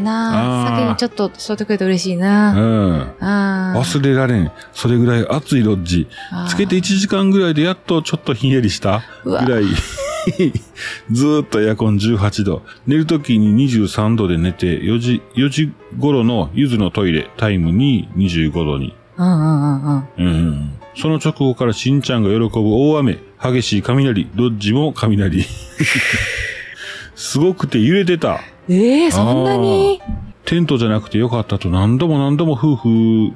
[SPEAKER 1] あ
[SPEAKER 2] な。
[SPEAKER 1] ー
[SPEAKER 2] 先にちょっと添えてくれて嬉しいうな。
[SPEAKER 1] ん。
[SPEAKER 2] あー
[SPEAKER 1] 忘れられん。それぐらい暑いロッジ。
[SPEAKER 2] あー
[SPEAKER 1] つけて1時間ぐらいでやっとちょっとひんやりした
[SPEAKER 2] う
[SPEAKER 1] ぐ
[SPEAKER 2] わ
[SPEAKER 1] らい。 ずーっとエアコン18度。寝るときに23度で寝て、4時、4時頃のゆずのトイレ、タイムに25度に。
[SPEAKER 2] うんうんうんうん。
[SPEAKER 1] うん。その直後からしんちゃんが喜ぶ大雨、激しい雷、ロッジも 雷。すごくて揺れてた。
[SPEAKER 2] ええー、そんなに
[SPEAKER 1] テントじゃなくてよかったと何度も何度も夫婦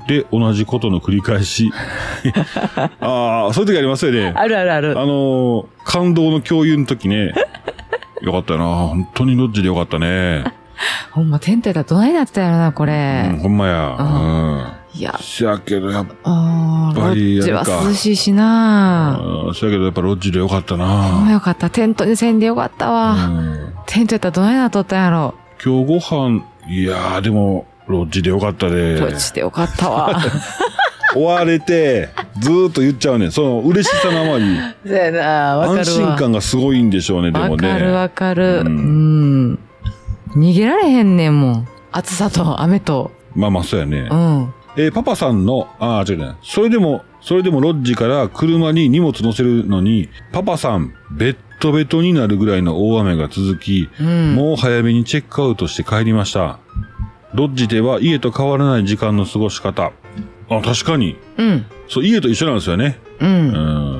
[SPEAKER 1] で同じことの繰り返 し。ああ、そういう時ありますよね。
[SPEAKER 2] あるあるある。
[SPEAKER 1] あのー感動の共有の時ね。よかったな。本当にロッジでよかったね。
[SPEAKER 2] ほんま、テントやったらどないなってたやろな、こ
[SPEAKER 1] うん、
[SPEAKER 2] れ。
[SPEAKER 1] ほんまや。
[SPEAKER 2] いや
[SPEAKER 1] うん。、しやけどやっぱ、や
[SPEAKER 2] あー、
[SPEAKER 1] っ
[SPEAKER 2] ロ
[SPEAKER 1] ぱり
[SPEAKER 2] ッジは
[SPEAKER 1] やるか
[SPEAKER 2] 涼しいしな。
[SPEAKER 1] うんしやけどやっぱロッジでよかった
[SPEAKER 2] ほんま
[SPEAKER 1] な。
[SPEAKER 2] よかった。テントにせんでよかった
[SPEAKER 1] う
[SPEAKER 2] わ。
[SPEAKER 1] ん
[SPEAKER 2] テントやったらどないなっとったんやろ。
[SPEAKER 1] 今日ご飯、いやーでも、ロッジでよかったで。
[SPEAKER 2] どっちでよかった わ。
[SPEAKER 1] 追われて、ずーっと言っちゃうねん。その嬉しさのあま り、
[SPEAKER 2] そうやな、わかるわ。
[SPEAKER 1] 安心感がすごいんでしょうね、でも
[SPEAKER 2] わ
[SPEAKER 1] ね。
[SPEAKER 2] かるわかる。う。
[SPEAKER 1] うん
[SPEAKER 2] 逃げられへんねんもん。暑さと雨と。
[SPEAKER 1] まあまあ、そうやね
[SPEAKER 2] う。ん。
[SPEAKER 1] えーパパさんの、ああ、違うね。それでも、それでもロッジから車に荷物乗せるのに、パパさん、ベッドベトになるぐらいの大雨が続き、
[SPEAKER 2] うん。
[SPEAKER 1] もう早めにチェックアウトして帰りました。ロッジでは家と変わらない時間の過ごし方。あ、確かに。
[SPEAKER 2] うん。
[SPEAKER 1] そう、家と一緒なんですよね。
[SPEAKER 2] う。
[SPEAKER 1] うん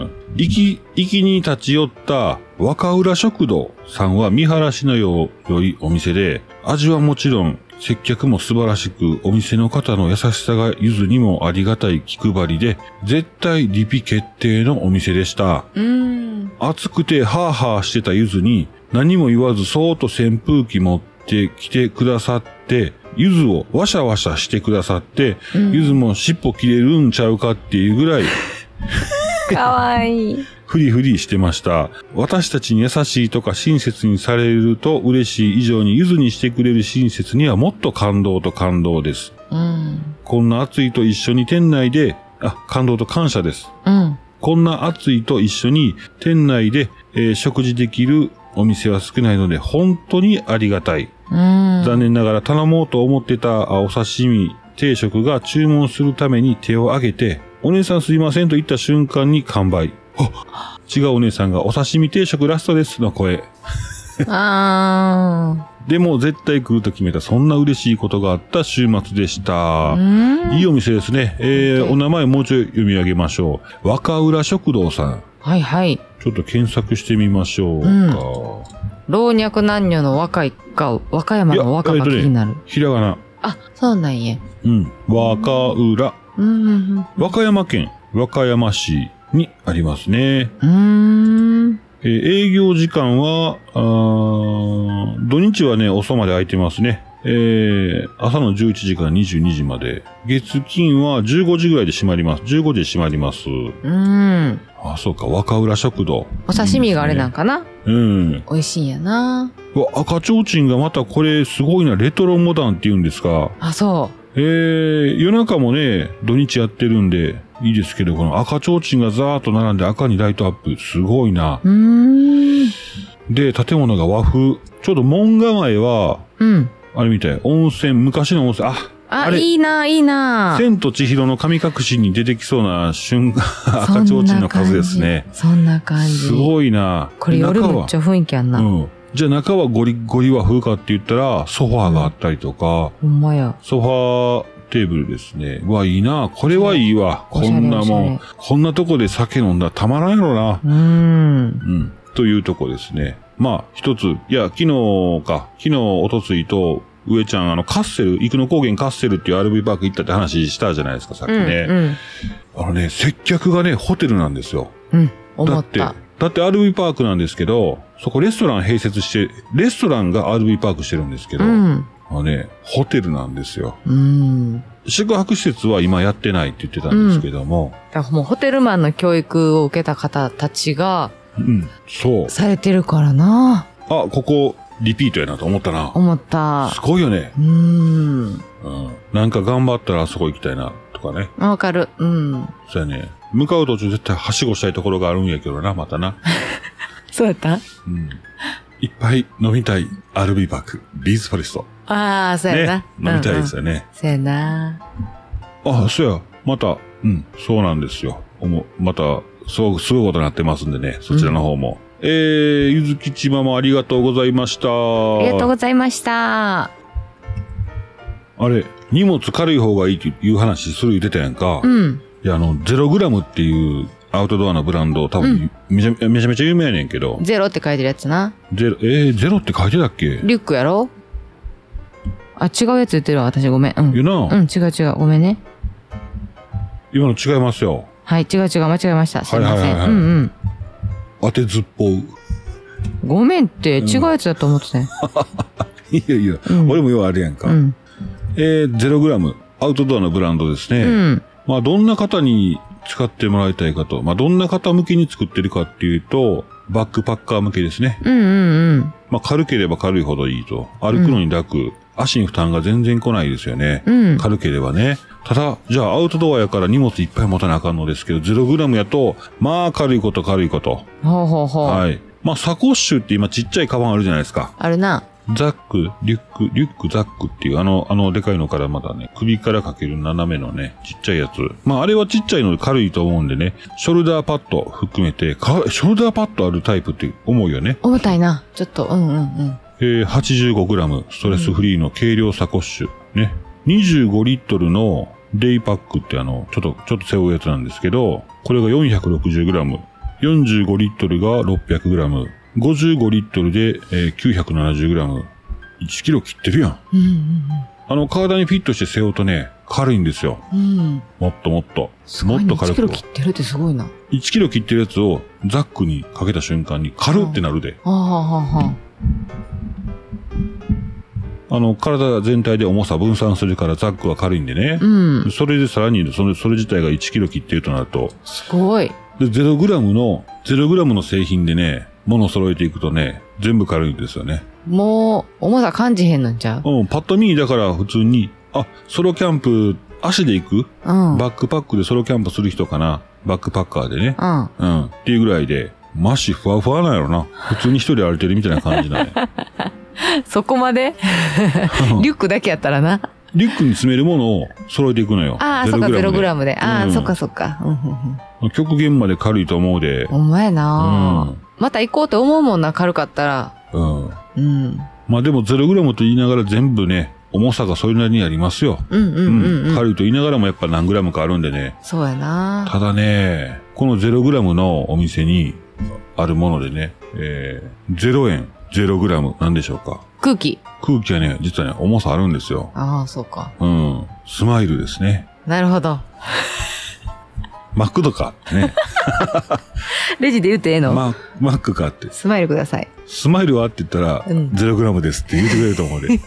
[SPEAKER 1] ん。行き、行きに立ち寄った若浦食堂さんは見晴らしのよう良いお店で、味はもちろん接客も素晴らしく、お店の方の優しさがゆずにもありがたい気配りで、絶対リピ決定のお店でした。
[SPEAKER 2] うん。
[SPEAKER 1] 暑くてハーハーしてたゆずに何も言わずそーっと扇風機持ってきてくださって、ゆずをワシャワシャしてくださって、
[SPEAKER 2] うん
[SPEAKER 1] ゆずも尻尾切れるんちゃうかっていうぐらい、
[SPEAKER 2] かわいい。
[SPEAKER 1] フリフリしてました。私たちに優しいとか親切にされると嬉しい以上にゆずにしてくれる親切にはもっと感動と感動です。
[SPEAKER 2] うん。
[SPEAKER 1] こんな暑いと一緒に店内で、あ、感動と感謝です。
[SPEAKER 2] うん。
[SPEAKER 1] こんな暑いと一緒に店内で、えー食事できるお店は少ないので本当にありがたい。
[SPEAKER 2] うん。
[SPEAKER 1] 残念ながら頼もうと思ってたあお刺身、定食が注文するために手を挙げて、お姉さんすいませんと言った瞬間に完売。あ違うお姉さんがお刺身定食ラストですの声。
[SPEAKER 2] あ
[SPEAKER 1] でも絶対来ると決めたそんな嬉しいことがあった週末でした
[SPEAKER 2] ー。。うん。
[SPEAKER 1] いいお店ですね。えー、お名前もうちょい読み上げましょう。若浦食堂さん。
[SPEAKER 2] はいはい。
[SPEAKER 1] ちょっと検索してみましょうか。
[SPEAKER 2] うん老若男女の若いか、和歌山の和歌が気になる。
[SPEAKER 1] ひらがな。
[SPEAKER 2] あ、そうなんや。
[SPEAKER 1] うん。若浦。
[SPEAKER 2] うんうん
[SPEAKER 1] 和歌山県和歌山市にありますね。
[SPEAKER 2] うん。うーん。
[SPEAKER 1] えー営業時間は、あー土日はね、遅まで空いてますね。えー朝の11時から22時まで。月金は15時ぐらいで閉まります。15時で閉まります。
[SPEAKER 2] うん。
[SPEAKER 1] あ、そうか、若浦食堂。
[SPEAKER 2] お刺身があれなん
[SPEAKER 1] か。
[SPEAKER 2] かな
[SPEAKER 1] うん。
[SPEAKER 2] 美味しいんやな。
[SPEAKER 1] うわ、赤ちょうちんがまたこれすごいな、レトロモダンって言うんですか。
[SPEAKER 2] あ、そ
[SPEAKER 1] えー、夜中もね、土日やってるんで、いいですけど、この赤ちょうちんがザーッと並んで赤にライトアップ、すごいな。
[SPEAKER 2] う。うーん。
[SPEAKER 1] で、建物が和風。ちょうど門構えは、
[SPEAKER 2] うん。
[SPEAKER 1] あれみたい、温泉、昔の温泉、あ、
[SPEAKER 2] あ、
[SPEAKER 1] れ、
[SPEAKER 2] いいな、いいな。
[SPEAKER 1] 千と千尋の神隠しに出てきそうな瞬間、赤ちょうちんの数ですね。
[SPEAKER 2] そんな感じ。
[SPEAKER 1] す
[SPEAKER 2] そんな感じ
[SPEAKER 1] ごいな。
[SPEAKER 2] これ夜
[SPEAKER 1] 中
[SPEAKER 2] め
[SPEAKER 1] は
[SPEAKER 2] っちゃ雰囲気あんな。
[SPEAKER 1] うん。じゃあ中はゴリゴリ和風かって言ったら、ソファーがあったりとか、
[SPEAKER 2] ほんまや。
[SPEAKER 1] ソファーテーブルですね。うわ、いいな。これはいいわ。
[SPEAKER 2] お
[SPEAKER 1] こ
[SPEAKER 2] しゃれ
[SPEAKER 1] んなも
[SPEAKER 2] おしゃ
[SPEAKER 1] ん
[SPEAKER 2] れ。
[SPEAKER 1] こんなとこで酒飲んだらたまらんやろな。
[SPEAKER 2] うーん。
[SPEAKER 1] うん。というとこですね。まあ、一つ。いや、昨日か。昨日、おとついと、上ちゃん、あの、カッセル、生野高原カッセルっていう RV パーク行ったって話したじゃないですか、さっき
[SPEAKER 2] う
[SPEAKER 1] ね。
[SPEAKER 2] ん。うん。
[SPEAKER 1] あのね、接客がね、ホテルなんですよ。
[SPEAKER 2] うん。
[SPEAKER 1] だ
[SPEAKER 2] 思っ
[SPEAKER 1] って、だ
[SPEAKER 2] た
[SPEAKER 1] っ。て RV パークなんですけど、そこレストラン併設して、レストランが RV パークしてるんですけ
[SPEAKER 2] う
[SPEAKER 1] ど、
[SPEAKER 2] ん。
[SPEAKER 1] あのね、ホテルなんですよ。
[SPEAKER 2] うん。だ
[SPEAKER 1] 宿泊施設は今やってないって言ってたんですけども、
[SPEAKER 2] からもうホテルマンの教育を受けた方たちが
[SPEAKER 1] うん、そう。
[SPEAKER 2] されてるからな。
[SPEAKER 1] あ、ここ、リピートやなと思ったな。
[SPEAKER 2] 思った
[SPEAKER 1] す。ごいよね。
[SPEAKER 2] うーん。
[SPEAKER 1] うん。なんか頑張ったらあそこ行きたいな、とかね。
[SPEAKER 2] わかる。うん。
[SPEAKER 1] そうやね。向かう途中絶対はしごしたいところがあるんやけどな、またな。
[SPEAKER 2] そうやった
[SPEAKER 1] うん。いっぱい飲みたい RB バック、ビーズフォレスト。
[SPEAKER 2] ああ、そうやな。
[SPEAKER 1] ね。飲みたいです
[SPEAKER 2] うんうん
[SPEAKER 1] よね。
[SPEAKER 2] そうやな。
[SPEAKER 1] あ、そうや。また、うん、そうなんですよ。おも、また、すごくすごいことになってますんでね、そちらの方も。えー、ゆずきちママありがとうございました。
[SPEAKER 2] あ
[SPEAKER 1] あ
[SPEAKER 2] りがとうございました。
[SPEAKER 1] あれ、荷物軽い方がいいっていう話する言ってたやんか。
[SPEAKER 2] うん。
[SPEAKER 1] いや、あの、ゼログラムっていうアウトドアのブランド、多
[SPEAKER 2] う
[SPEAKER 1] 分、めちゃめちゃめちゃ有名やねんけど、
[SPEAKER 2] ゼロって書いてるやつな。
[SPEAKER 1] ゼロ、えー、ゼロって書いてたっけい
[SPEAKER 2] リュックやろあ、違うやつ言ってるわ。私ごめん。うん。
[SPEAKER 1] やな、
[SPEAKER 2] うん、違う違う。ごめんね。
[SPEAKER 1] 今の違いますよ。
[SPEAKER 2] はい、違う違う。間違えました。すいませ
[SPEAKER 1] はい
[SPEAKER 2] ん。
[SPEAKER 1] はいはいはい
[SPEAKER 2] うんうん。
[SPEAKER 1] 当てずっぽう。
[SPEAKER 2] ごめんって、違うやつだと思ってたよ。
[SPEAKER 1] いやいや、
[SPEAKER 2] うん
[SPEAKER 1] 俺もようあるやんか。
[SPEAKER 2] うん。
[SPEAKER 1] えー、ゼログラム、アウトドアのブランドですね。
[SPEAKER 2] うん。
[SPEAKER 1] まあ、どんな方に使ってもらいたいかと。まあ、どんな方向けに作ってるかっていうと、バックパッカー向けですね。
[SPEAKER 2] うんうんうん。
[SPEAKER 1] まあ、軽ければ軽いほどいいと。歩くのに楽。足に負担が全然来ないですよね。
[SPEAKER 2] うん
[SPEAKER 1] 軽ければね。ただ、じゃあアウトドアやから荷物いっぱい持たなあかんのですけど、0グラムやと、まあ軽いこと軽いこと。
[SPEAKER 2] ほうほうほう。
[SPEAKER 1] はい。まあサコッシュって今ちっちゃいカバンあるじゃないですか。
[SPEAKER 2] あるな。
[SPEAKER 1] ザック、リュック、リュックザックっていうあの、あのでかいのからまだね、首からかける斜めのね、ちっちゃいやつ。まああれはちっちゃいので軽いと思うんでね、ショルダーパッド含めて、かショルダーパッドあるタイプって思うよね。
[SPEAKER 2] 重たいな。ちょっと、うんうんうん。
[SPEAKER 1] えー 85g ストレスフリーの軽量サコッシュ。ね。25リットルのデイパックってあの、ちょっと、ちょっと背負うやつなんですけど、これが 460g。45リットルが 600g。55リットルで、えー 970g。1キロ切ってるやん。
[SPEAKER 2] うん
[SPEAKER 1] あの、体にフィットして背負うとね、軽いんですよ。
[SPEAKER 2] うんうん。うん。
[SPEAKER 1] もっともっと。
[SPEAKER 2] す
[SPEAKER 1] も
[SPEAKER 2] ごい
[SPEAKER 1] っ
[SPEAKER 2] ね
[SPEAKER 1] と軽
[SPEAKER 2] 1
[SPEAKER 1] く
[SPEAKER 2] キロ。切ってるってすごいな。
[SPEAKER 1] 1キロ切ってるやつをザックにかけた瞬間に軽ってなるで。
[SPEAKER 2] はあはあはあは
[SPEAKER 1] あの、体全体で重さ分散するからザックは軽いんでね
[SPEAKER 2] あ。。うん。
[SPEAKER 1] それでさらにそれ、それ自体が1キロ切ってるとなると、
[SPEAKER 2] すごい。
[SPEAKER 1] で、0グラムの、0グラムの製品でね、物を揃えていくとね、全部軽いんですよね。
[SPEAKER 2] もう、重さ感じへんのんちゃう
[SPEAKER 1] うん、パッと見、だから普通にあ、ソロキャンプ、足で行く、
[SPEAKER 2] うん。うん。
[SPEAKER 1] バックパックでソロキャンプする人かなバックパッカーでね。
[SPEAKER 2] あ
[SPEAKER 1] うん。っていうぐらいで、マシふわふわなんやろな。普通に一人歩いてるみたいな感じなん や。
[SPEAKER 2] そこまでリュックだけやったらな。
[SPEAKER 1] リュックに詰めるものを揃えていくのよ。
[SPEAKER 2] ああ、そっか、
[SPEAKER 1] 0
[SPEAKER 2] 0
[SPEAKER 1] グ
[SPEAKER 2] グ
[SPEAKER 1] ラ
[SPEAKER 2] ラムで。ああ、
[SPEAKER 1] うん
[SPEAKER 2] そっかそっか。うんうんうん。
[SPEAKER 1] ムで極限まで軽いと思うで。
[SPEAKER 2] ほんまやな、
[SPEAKER 1] うん
[SPEAKER 2] また行こうと思うもんな、軽かったら。
[SPEAKER 1] うん。
[SPEAKER 2] うん。
[SPEAKER 1] まあでも0グラムと言いながら全部ね、重さがそれなりにありますよ。
[SPEAKER 2] うんう
[SPEAKER 1] うん
[SPEAKER 2] うん、うん。
[SPEAKER 1] 軽いと言いながらもやっぱ何グラムかあるんでね。
[SPEAKER 2] そうやな
[SPEAKER 1] ただね、この0グラムのお店にあるものでね、えー、0円、0グラム、なんでしょうか。
[SPEAKER 2] 空気。
[SPEAKER 1] 空気はね、実はね、重さあるんですよ。
[SPEAKER 2] ああ、そうか。
[SPEAKER 1] うん。スマイルですね。
[SPEAKER 2] なるほど。
[SPEAKER 1] マックとか、 ね。
[SPEAKER 2] レジで言うてええの、
[SPEAKER 1] ママックかって。
[SPEAKER 2] スマイルください。
[SPEAKER 1] スマイルはって言ったら、
[SPEAKER 2] うん
[SPEAKER 1] 0グラムですって言ってくれると思う で。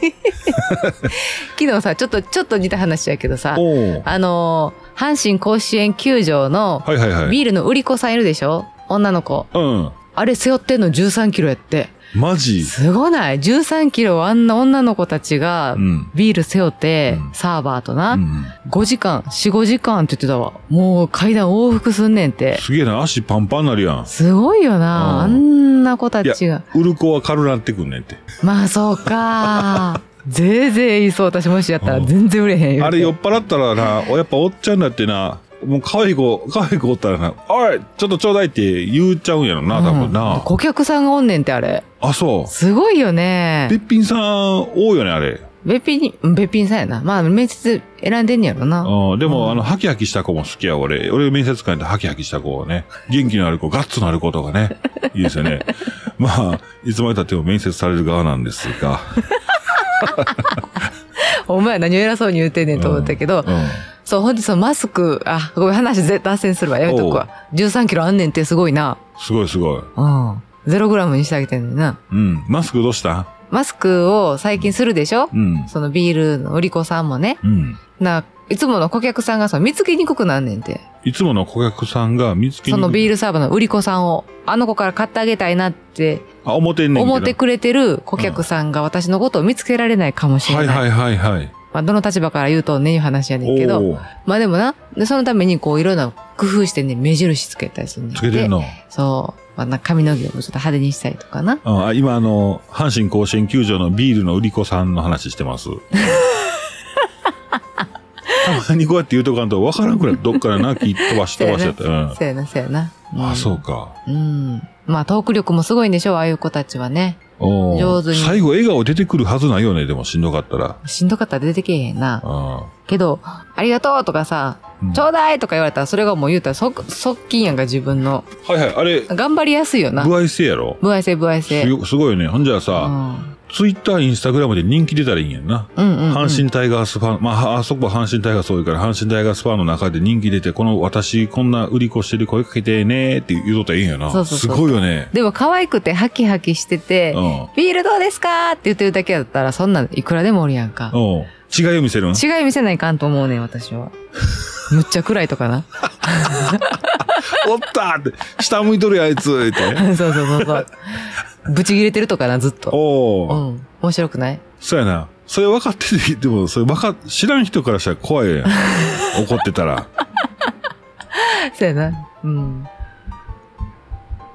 [SPEAKER 2] 昨日さ、ちょっと、ちょっと似た話やけどさ、
[SPEAKER 1] おお。
[SPEAKER 2] あのー阪神甲子園球場の
[SPEAKER 1] はいはいはい。
[SPEAKER 2] ビールの売り子さんいるでしょ女の子。
[SPEAKER 1] うん。
[SPEAKER 2] あれ背負ってんの13キロやって。
[SPEAKER 1] マジ。
[SPEAKER 2] すごない ?13 キロをあんな女の子たちが
[SPEAKER 1] う、ん。
[SPEAKER 2] ビール背負って
[SPEAKER 1] う、ん
[SPEAKER 2] サーバーと
[SPEAKER 1] う
[SPEAKER 2] な、
[SPEAKER 1] ん、
[SPEAKER 2] 5時間、4、5時間って言ってたわ。もう階段往復すんねんって。
[SPEAKER 1] すげえな、足パンパンなるやん。
[SPEAKER 2] すごいよな、あ
[SPEAKER 1] うん
[SPEAKER 2] んな子たち
[SPEAKER 1] い
[SPEAKER 2] が。
[SPEAKER 1] 売る子は軽なってくんねんって。
[SPEAKER 2] まあそうか。ぜいぜい言いそう、私もしやったら
[SPEAKER 1] うん
[SPEAKER 2] 全然売れへんよ。
[SPEAKER 1] あれ酔っ払ったらな、おやっぱおっちゃんだってな、もう可愛い子、可愛い子おったらな、おい、ちょっとちょうだいって言っちゃうんやろな、多分
[SPEAKER 2] うん
[SPEAKER 1] な。
[SPEAKER 2] 顧客さんがおんねんってあれ。
[SPEAKER 1] あ、そう。
[SPEAKER 2] すごいよ
[SPEAKER 1] べっ
[SPEAKER 2] ね。
[SPEAKER 1] ぴんさん多いよね、あれ。
[SPEAKER 2] べっぴんに、うんべっぴんさんやな。まあ面接選んでんねやろな。
[SPEAKER 1] うん、で
[SPEAKER 2] う
[SPEAKER 1] も、
[SPEAKER 2] ん
[SPEAKER 1] あの、ハキハキした子も好きや、俺。俺、面接官でハキハキした子はね、元気のある子、ガッツのある子とか ね、いいですよね。まあ、いつまでたっても面接される側なんです が。
[SPEAKER 2] お前何を偉そうに言うてんねんと思ったけど、
[SPEAKER 1] うん
[SPEAKER 2] そう、ほんでそのマスク、あ、ごめん、話絶対脱線するわ。やめとくわ。13キロあんねんってすごいな。
[SPEAKER 1] すごいすごい。
[SPEAKER 2] うん。ゼログラムにしてあげてんねんな。
[SPEAKER 1] うん。マスクどうした
[SPEAKER 2] マスクを最近するでしょ、
[SPEAKER 1] うん。
[SPEAKER 2] そのビールの売り子さんもね。
[SPEAKER 1] うん。
[SPEAKER 2] な、いつもの顧客さんがその見つけにくくなんねんて。
[SPEAKER 1] いつもの顧客さんが見つけに
[SPEAKER 2] そのビー
[SPEAKER 1] ル。
[SPEAKER 2] ルサーバーの売り子さんを、あの子から買ってあげたいなって
[SPEAKER 1] あ、思ってんねんけど。
[SPEAKER 2] 思ってくれてる顧客さんが私のことを見つけられないかもしれな。
[SPEAKER 1] はいいはいはいはい。
[SPEAKER 2] まあ、どの立場から言うとね、いう話やねんけど。
[SPEAKER 1] おー
[SPEAKER 2] まあでもな、でそのためにこういろんな工夫してね、目印つけたりするねん
[SPEAKER 1] つけてんの。
[SPEAKER 2] そう。まあ、な髪の毛をちょっと派手にしたりとかな。
[SPEAKER 1] うんあ今、あの、阪神甲子園球場のビールの売り子さんの話して ます。たまにこうやって言うとかんと分からんくらいどっからな、き飛ばし飛ばしちゃった。うん
[SPEAKER 2] そうやな、そうやな。ん
[SPEAKER 1] あ、そう。か。
[SPEAKER 2] うん。まあ、トーク力もすごいんでしょう、ああいう子たちはね。
[SPEAKER 1] おー
[SPEAKER 2] 上手に
[SPEAKER 1] 最後笑顔出てくるはずないよね、でもしんどかったら。
[SPEAKER 2] しんどかったら出てけえへんな。
[SPEAKER 1] あ
[SPEAKER 2] けど、ありがとうとかさ、
[SPEAKER 1] うん
[SPEAKER 2] ちょうだいとか言われたら、それがもう言うたら即、即金やんか、自分の。
[SPEAKER 1] はいはい、あれ、
[SPEAKER 2] 頑張りやすいよな。
[SPEAKER 1] 不愛性やろ
[SPEAKER 2] 不愛性、不愛性。
[SPEAKER 1] すごすごいよね。ほんじゃあ
[SPEAKER 2] う
[SPEAKER 1] さ、
[SPEAKER 2] ん
[SPEAKER 1] ツイッター、インスタグラムで人気出たらいいんやんな。
[SPEAKER 2] うんうんうん。
[SPEAKER 1] 阪神タイガースファン、まあ、あそこは阪神タイガース多いから、阪神タイガースファンの中で人気出て、この私、こんな売り子してる声かけてねーって言うとったらいいんやな。
[SPEAKER 2] そうそうそう
[SPEAKER 1] すごいよね。
[SPEAKER 2] でも、可愛くて、ハキハキしてて
[SPEAKER 1] う、ん。
[SPEAKER 2] ビールどうですかって言ってるだけだったら、そんなんいくらでもおるやんか。
[SPEAKER 1] おう違いを見せるん
[SPEAKER 2] 違い見せないかんと思うねん、私は。むっちゃ暗いとかな。
[SPEAKER 1] おったーって、下向いとるやんあいつって。
[SPEAKER 2] そうそうそうそう。ぶち切れてるとかな、ずっと。
[SPEAKER 1] お
[SPEAKER 2] う
[SPEAKER 1] お、
[SPEAKER 2] ん。面白くない
[SPEAKER 1] そうやな。それ分かってて、でも、それ分か、知らん人からしたら怖い やん。怒ってたら。
[SPEAKER 2] そうやな。うん。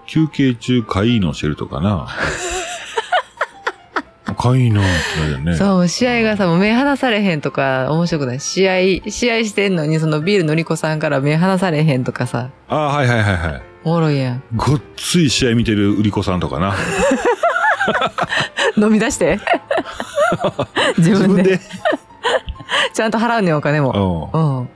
[SPEAKER 1] 休憩中、かいいのしてるとかな。 かいいなーってなるよね。
[SPEAKER 2] そう、試合がさ、もう目離されへんとか、面白くない試合、試合してんのに、そのビールのりこさんから目離されへんとかさ、
[SPEAKER 1] ああ、はいはいはいはい。
[SPEAKER 2] おもろいやん。
[SPEAKER 1] ごっつい試合見てる売り子さんとかな。
[SPEAKER 2] 飲み出して。 自分で。
[SPEAKER 1] で。
[SPEAKER 2] ちゃんと払うねん、お金も。
[SPEAKER 1] うん。
[SPEAKER 2] うん。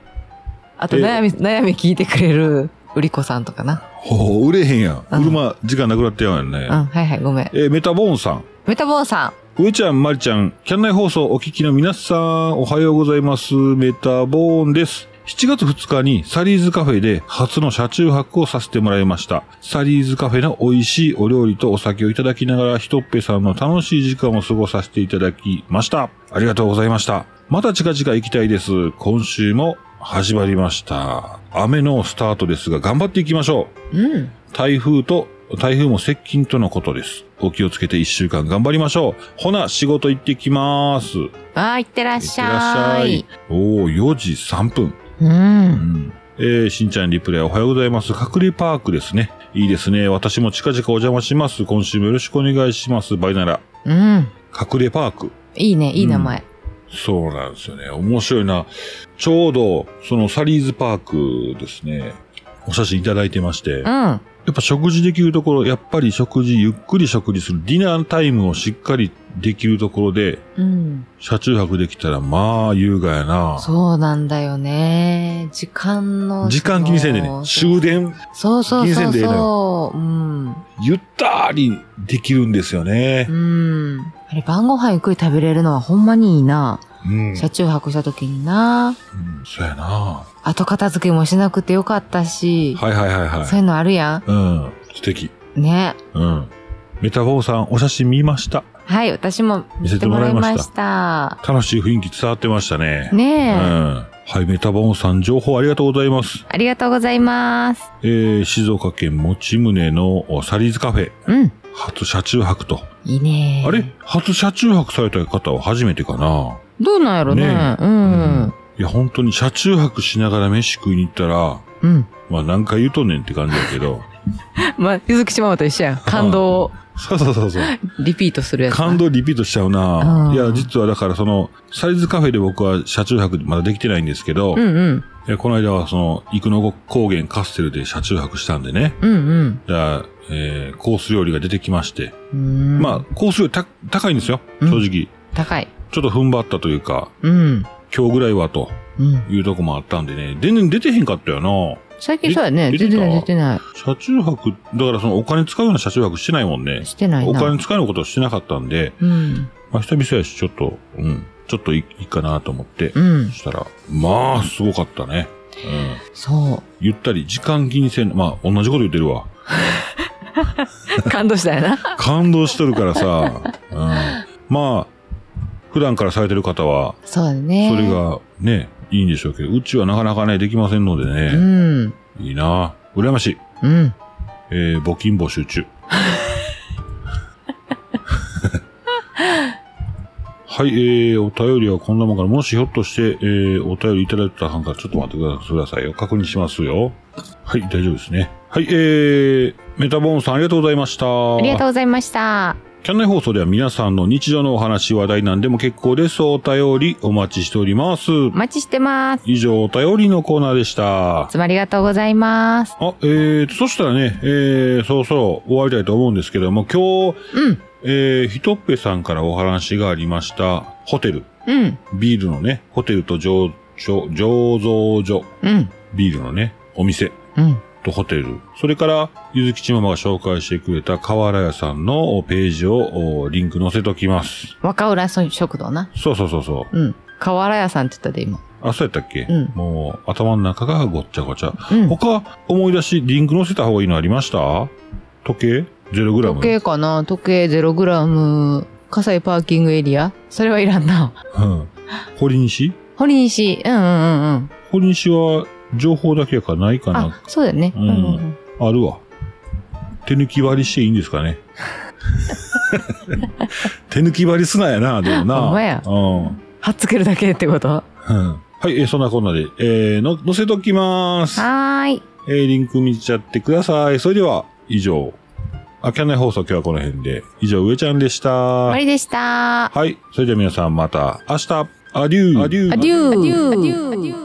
[SPEAKER 2] あと、
[SPEAKER 1] え
[SPEAKER 2] 悩み、悩み聞いてくれる売り子さんとかな。
[SPEAKER 1] ほう、売れへんやん。
[SPEAKER 2] うん
[SPEAKER 1] 車、時間なくなってやんね
[SPEAKER 2] う。ん、はいはい、ごめん。
[SPEAKER 1] えーメタボーンさん。
[SPEAKER 2] メタボーンさん。
[SPEAKER 1] 上ちゃん、まりちゃん、キャンナイ放送お聞きの皆さん、おはようございます。メタボーンです。7月2日にサリーズカフェで初の車中泊をさせてもらいました。サリーズカフェの美味しいお料理とお酒をいただきながら、ひとっぺさんの楽しい時間を過ごさせていただきました。ありがとうございました。また近々行きたいです。今週も始まりました。雨のスタートですが、頑張っていきましょう。
[SPEAKER 2] うん。
[SPEAKER 1] 台風と、台風も接近とのことです。お気をつけて一週間頑張りましょう。ほな、仕事行ってきます。いっ
[SPEAKER 2] あー、いってらってし
[SPEAKER 1] らっ
[SPEAKER 2] ゃ
[SPEAKER 1] しゃ
[SPEAKER 2] い。
[SPEAKER 1] い。おー、4時3分。
[SPEAKER 2] う。
[SPEAKER 1] うんん。えー、しんちゃんリプレイおはようございます。隠れパークですね。いいですね。私も近々お邪魔します。今週もよろしくお願いします。バイなら。
[SPEAKER 2] うん。
[SPEAKER 1] 隠れパーク。
[SPEAKER 2] いいね、いい名前。
[SPEAKER 1] そうなんですよね。面白いな。ちょうど、そのサリーズパークですね。お写真いただいてまして。
[SPEAKER 2] う
[SPEAKER 1] や
[SPEAKER 2] ん。
[SPEAKER 1] っぱ食事できるところ、やっぱり食事、ゆっくり食事する、ディナータイムをしっかりできるところで、
[SPEAKER 2] うん。
[SPEAKER 1] 車中泊できたら、まあ、優雅やな。
[SPEAKER 2] そうなんだよね。時間の。
[SPEAKER 1] 時間気にせんでね
[SPEAKER 2] そ。の
[SPEAKER 1] 終電、
[SPEAKER 2] そうそう
[SPEAKER 1] 気にせ
[SPEAKER 2] そ
[SPEAKER 1] ん
[SPEAKER 2] う
[SPEAKER 1] でええの
[SPEAKER 2] そう。うん。
[SPEAKER 1] ゆったりできるんですよね
[SPEAKER 2] う。ん。あれ、晩ご飯ゆっくり食べれるのはほんまにいいな。
[SPEAKER 1] うん。
[SPEAKER 2] 車中泊した時にな。
[SPEAKER 1] うんそうやな。は
[SPEAKER 2] 後片付けもしなくてよかったし
[SPEAKER 1] い。はいはい
[SPEAKER 2] そう
[SPEAKER 1] は
[SPEAKER 2] いうのあるや
[SPEAKER 1] い。うん。素敵。
[SPEAKER 2] ん。ね。
[SPEAKER 1] うん。メタボーさん、お写真見ました。
[SPEAKER 2] はい、私も
[SPEAKER 1] 見せてもらいました
[SPEAKER 2] 見せてもらいま
[SPEAKER 1] 楽しい雰囲気伝わってましたね。
[SPEAKER 2] した。ねえ。
[SPEAKER 1] うん。はい、メタボンさん、情報ありがとうございます。
[SPEAKER 2] ありがとうございます。
[SPEAKER 1] えー、静岡県持宗のおサリーズカフェ、
[SPEAKER 2] うん。
[SPEAKER 1] 初車中泊と。
[SPEAKER 2] いいね
[SPEAKER 1] あれ初車中泊された方は初めてかな
[SPEAKER 2] どうなんやろね。
[SPEAKER 1] ね
[SPEAKER 2] う。。
[SPEAKER 1] うんいや、本当に車中泊しながら飯食いに行ったら、
[SPEAKER 2] うん。
[SPEAKER 1] まあ何回言うとんねんって感じだけど。
[SPEAKER 2] まあ、ゆずきしままと一緒やん。感動を
[SPEAKER 1] そうそうそうそう。
[SPEAKER 2] リピートするやつ。
[SPEAKER 1] 感動リピートしちゃうな。
[SPEAKER 2] うん
[SPEAKER 1] いや、実はだからその、サリーズカフェで僕は車中泊まだできてないんですけど、
[SPEAKER 2] うんうん。
[SPEAKER 1] えこの間はその、生野高原カステルで車中泊したんでね。
[SPEAKER 2] うんうん。
[SPEAKER 1] じゃあ、えー、コース料理が出てきまして。
[SPEAKER 2] うーん
[SPEAKER 1] まあ、コース料理た高いんですよ。
[SPEAKER 2] うん
[SPEAKER 1] 正直。
[SPEAKER 2] 高い。
[SPEAKER 1] ちょっと踏ん張ったというか、
[SPEAKER 2] うん。
[SPEAKER 1] 今日ぐらいはと
[SPEAKER 2] うん。
[SPEAKER 1] いうとこもあったんでね。全然出てへんかったよな。
[SPEAKER 2] 最近そうやね。
[SPEAKER 1] 出
[SPEAKER 2] 出
[SPEAKER 1] て
[SPEAKER 2] て
[SPEAKER 1] た
[SPEAKER 2] ない出てな
[SPEAKER 1] 車中泊、だからそのお金使うような車中泊してないもんね
[SPEAKER 2] い。。してないな。
[SPEAKER 1] お金使うようなことはしてなかったんで、
[SPEAKER 2] うん。
[SPEAKER 1] まあ久々やし、ちょっと、うん、ちょっといいいかなと思って
[SPEAKER 2] う、ん
[SPEAKER 1] そ。したら、まあ、すごかったね。うん。
[SPEAKER 2] そ
[SPEAKER 1] ゆったり、時間気にせん、まあ、同じこと言ってるわ。
[SPEAKER 2] う。 感動したよな。
[SPEAKER 1] 感動しとるから さ、うん。まあ、普段からされてる方は、
[SPEAKER 2] そうだね。
[SPEAKER 1] それ。がね、いいんでしょうけど、うちはなかなかね、できませんので
[SPEAKER 2] う
[SPEAKER 1] ね、
[SPEAKER 2] ん。
[SPEAKER 1] いいな羨ましい。
[SPEAKER 2] うん。
[SPEAKER 1] えー、募金募集中。はい、えー、お便りはこんなもんから、もしひょっとして、えー、お便りいただいた方からちょっと待ってくださいよ。確認しますよ。はい、大丈夫ですね。はい、えー、メタボーンさんありがとうございました。
[SPEAKER 2] ありがとうございました。
[SPEAKER 1] キャンナイ放送では皆さんの日常のお話、話題なんでも結構です。お便りお待ちしております。
[SPEAKER 2] お待ちしてます。
[SPEAKER 1] 以上、お便りのコーナーでした
[SPEAKER 2] い。つもありがとうございます。
[SPEAKER 1] あ、えーと、そしたらね、えー、そろそろ終わりたいと思うんですけども、今日、
[SPEAKER 2] うん。
[SPEAKER 1] えー、ひとっぺさんからお話がありました、ホテル。
[SPEAKER 2] うん。
[SPEAKER 1] ビールのね、ホテルと醸醸醸造所。
[SPEAKER 2] うん。
[SPEAKER 1] ビールのね、お店
[SPEAKER 2] うん。
[SPEAKER 1] とホテル。それから、ゆずきちママが紹介してくれた河原屋さんのページを、おリンク載せときます。
[SPEAKER 2] 若浦食堂な。
[SPEAKER 1] そうそうそうそう。
[SPEAKER 2] うん。瓦屋さんって言ったで、今。
[SPEAKER 1] あ、そうやったっけ、
[SPEAKER 2] うん
[SPEAKER 1] もう、頭の中がごっちゃごちゃ。
[SPEAKER 2] うん。
[SPEAKER 1] 他、思い出し、リンク載せた方がいいのありました時計 ?0 グラム。
[SPEAKER 2] 時計かな時計ゼログラム。葛西パーキングエリアそれはいらんな。
[SPEAKER 1] うん。堀西
[SPEAKER 2] 堀西。うんうんうんうん。
[SPEAKER 1] 堀西は、情報だけやからないかな
[SPEAKER 2] あ、そうだよね。
[SPEAKER 1] う
[SPEAKER 2] うんんうんうん。
[SPEAKER 1] あるわ。手抜き割りしていいんですか ね手抜き割りすなやな、でもな。
[SPEAKER 2] ほんまや
[SPEAKER 1] うん。
[SPEAKER 2] はっつけるだけってことは
[SPEAKER 1] うんはい、えーそんなこんなで、えーの、載せときます。
[SPEAKER 2] ーい。
[SPEAKER 1] えーリンク見ちゃってください。それでは、以上。あきゃない放送今日はこの辺で。以上、上ちゃんでした。
[SPEAKER 2] 終わ
[SPEAKER 1] は
[SPEAKER 2] りでした。
[SPEAKER 1] い。それでは皆さんまた明日。アデュー。アデュ
[SPEAKER 2] アデュー。アデュー。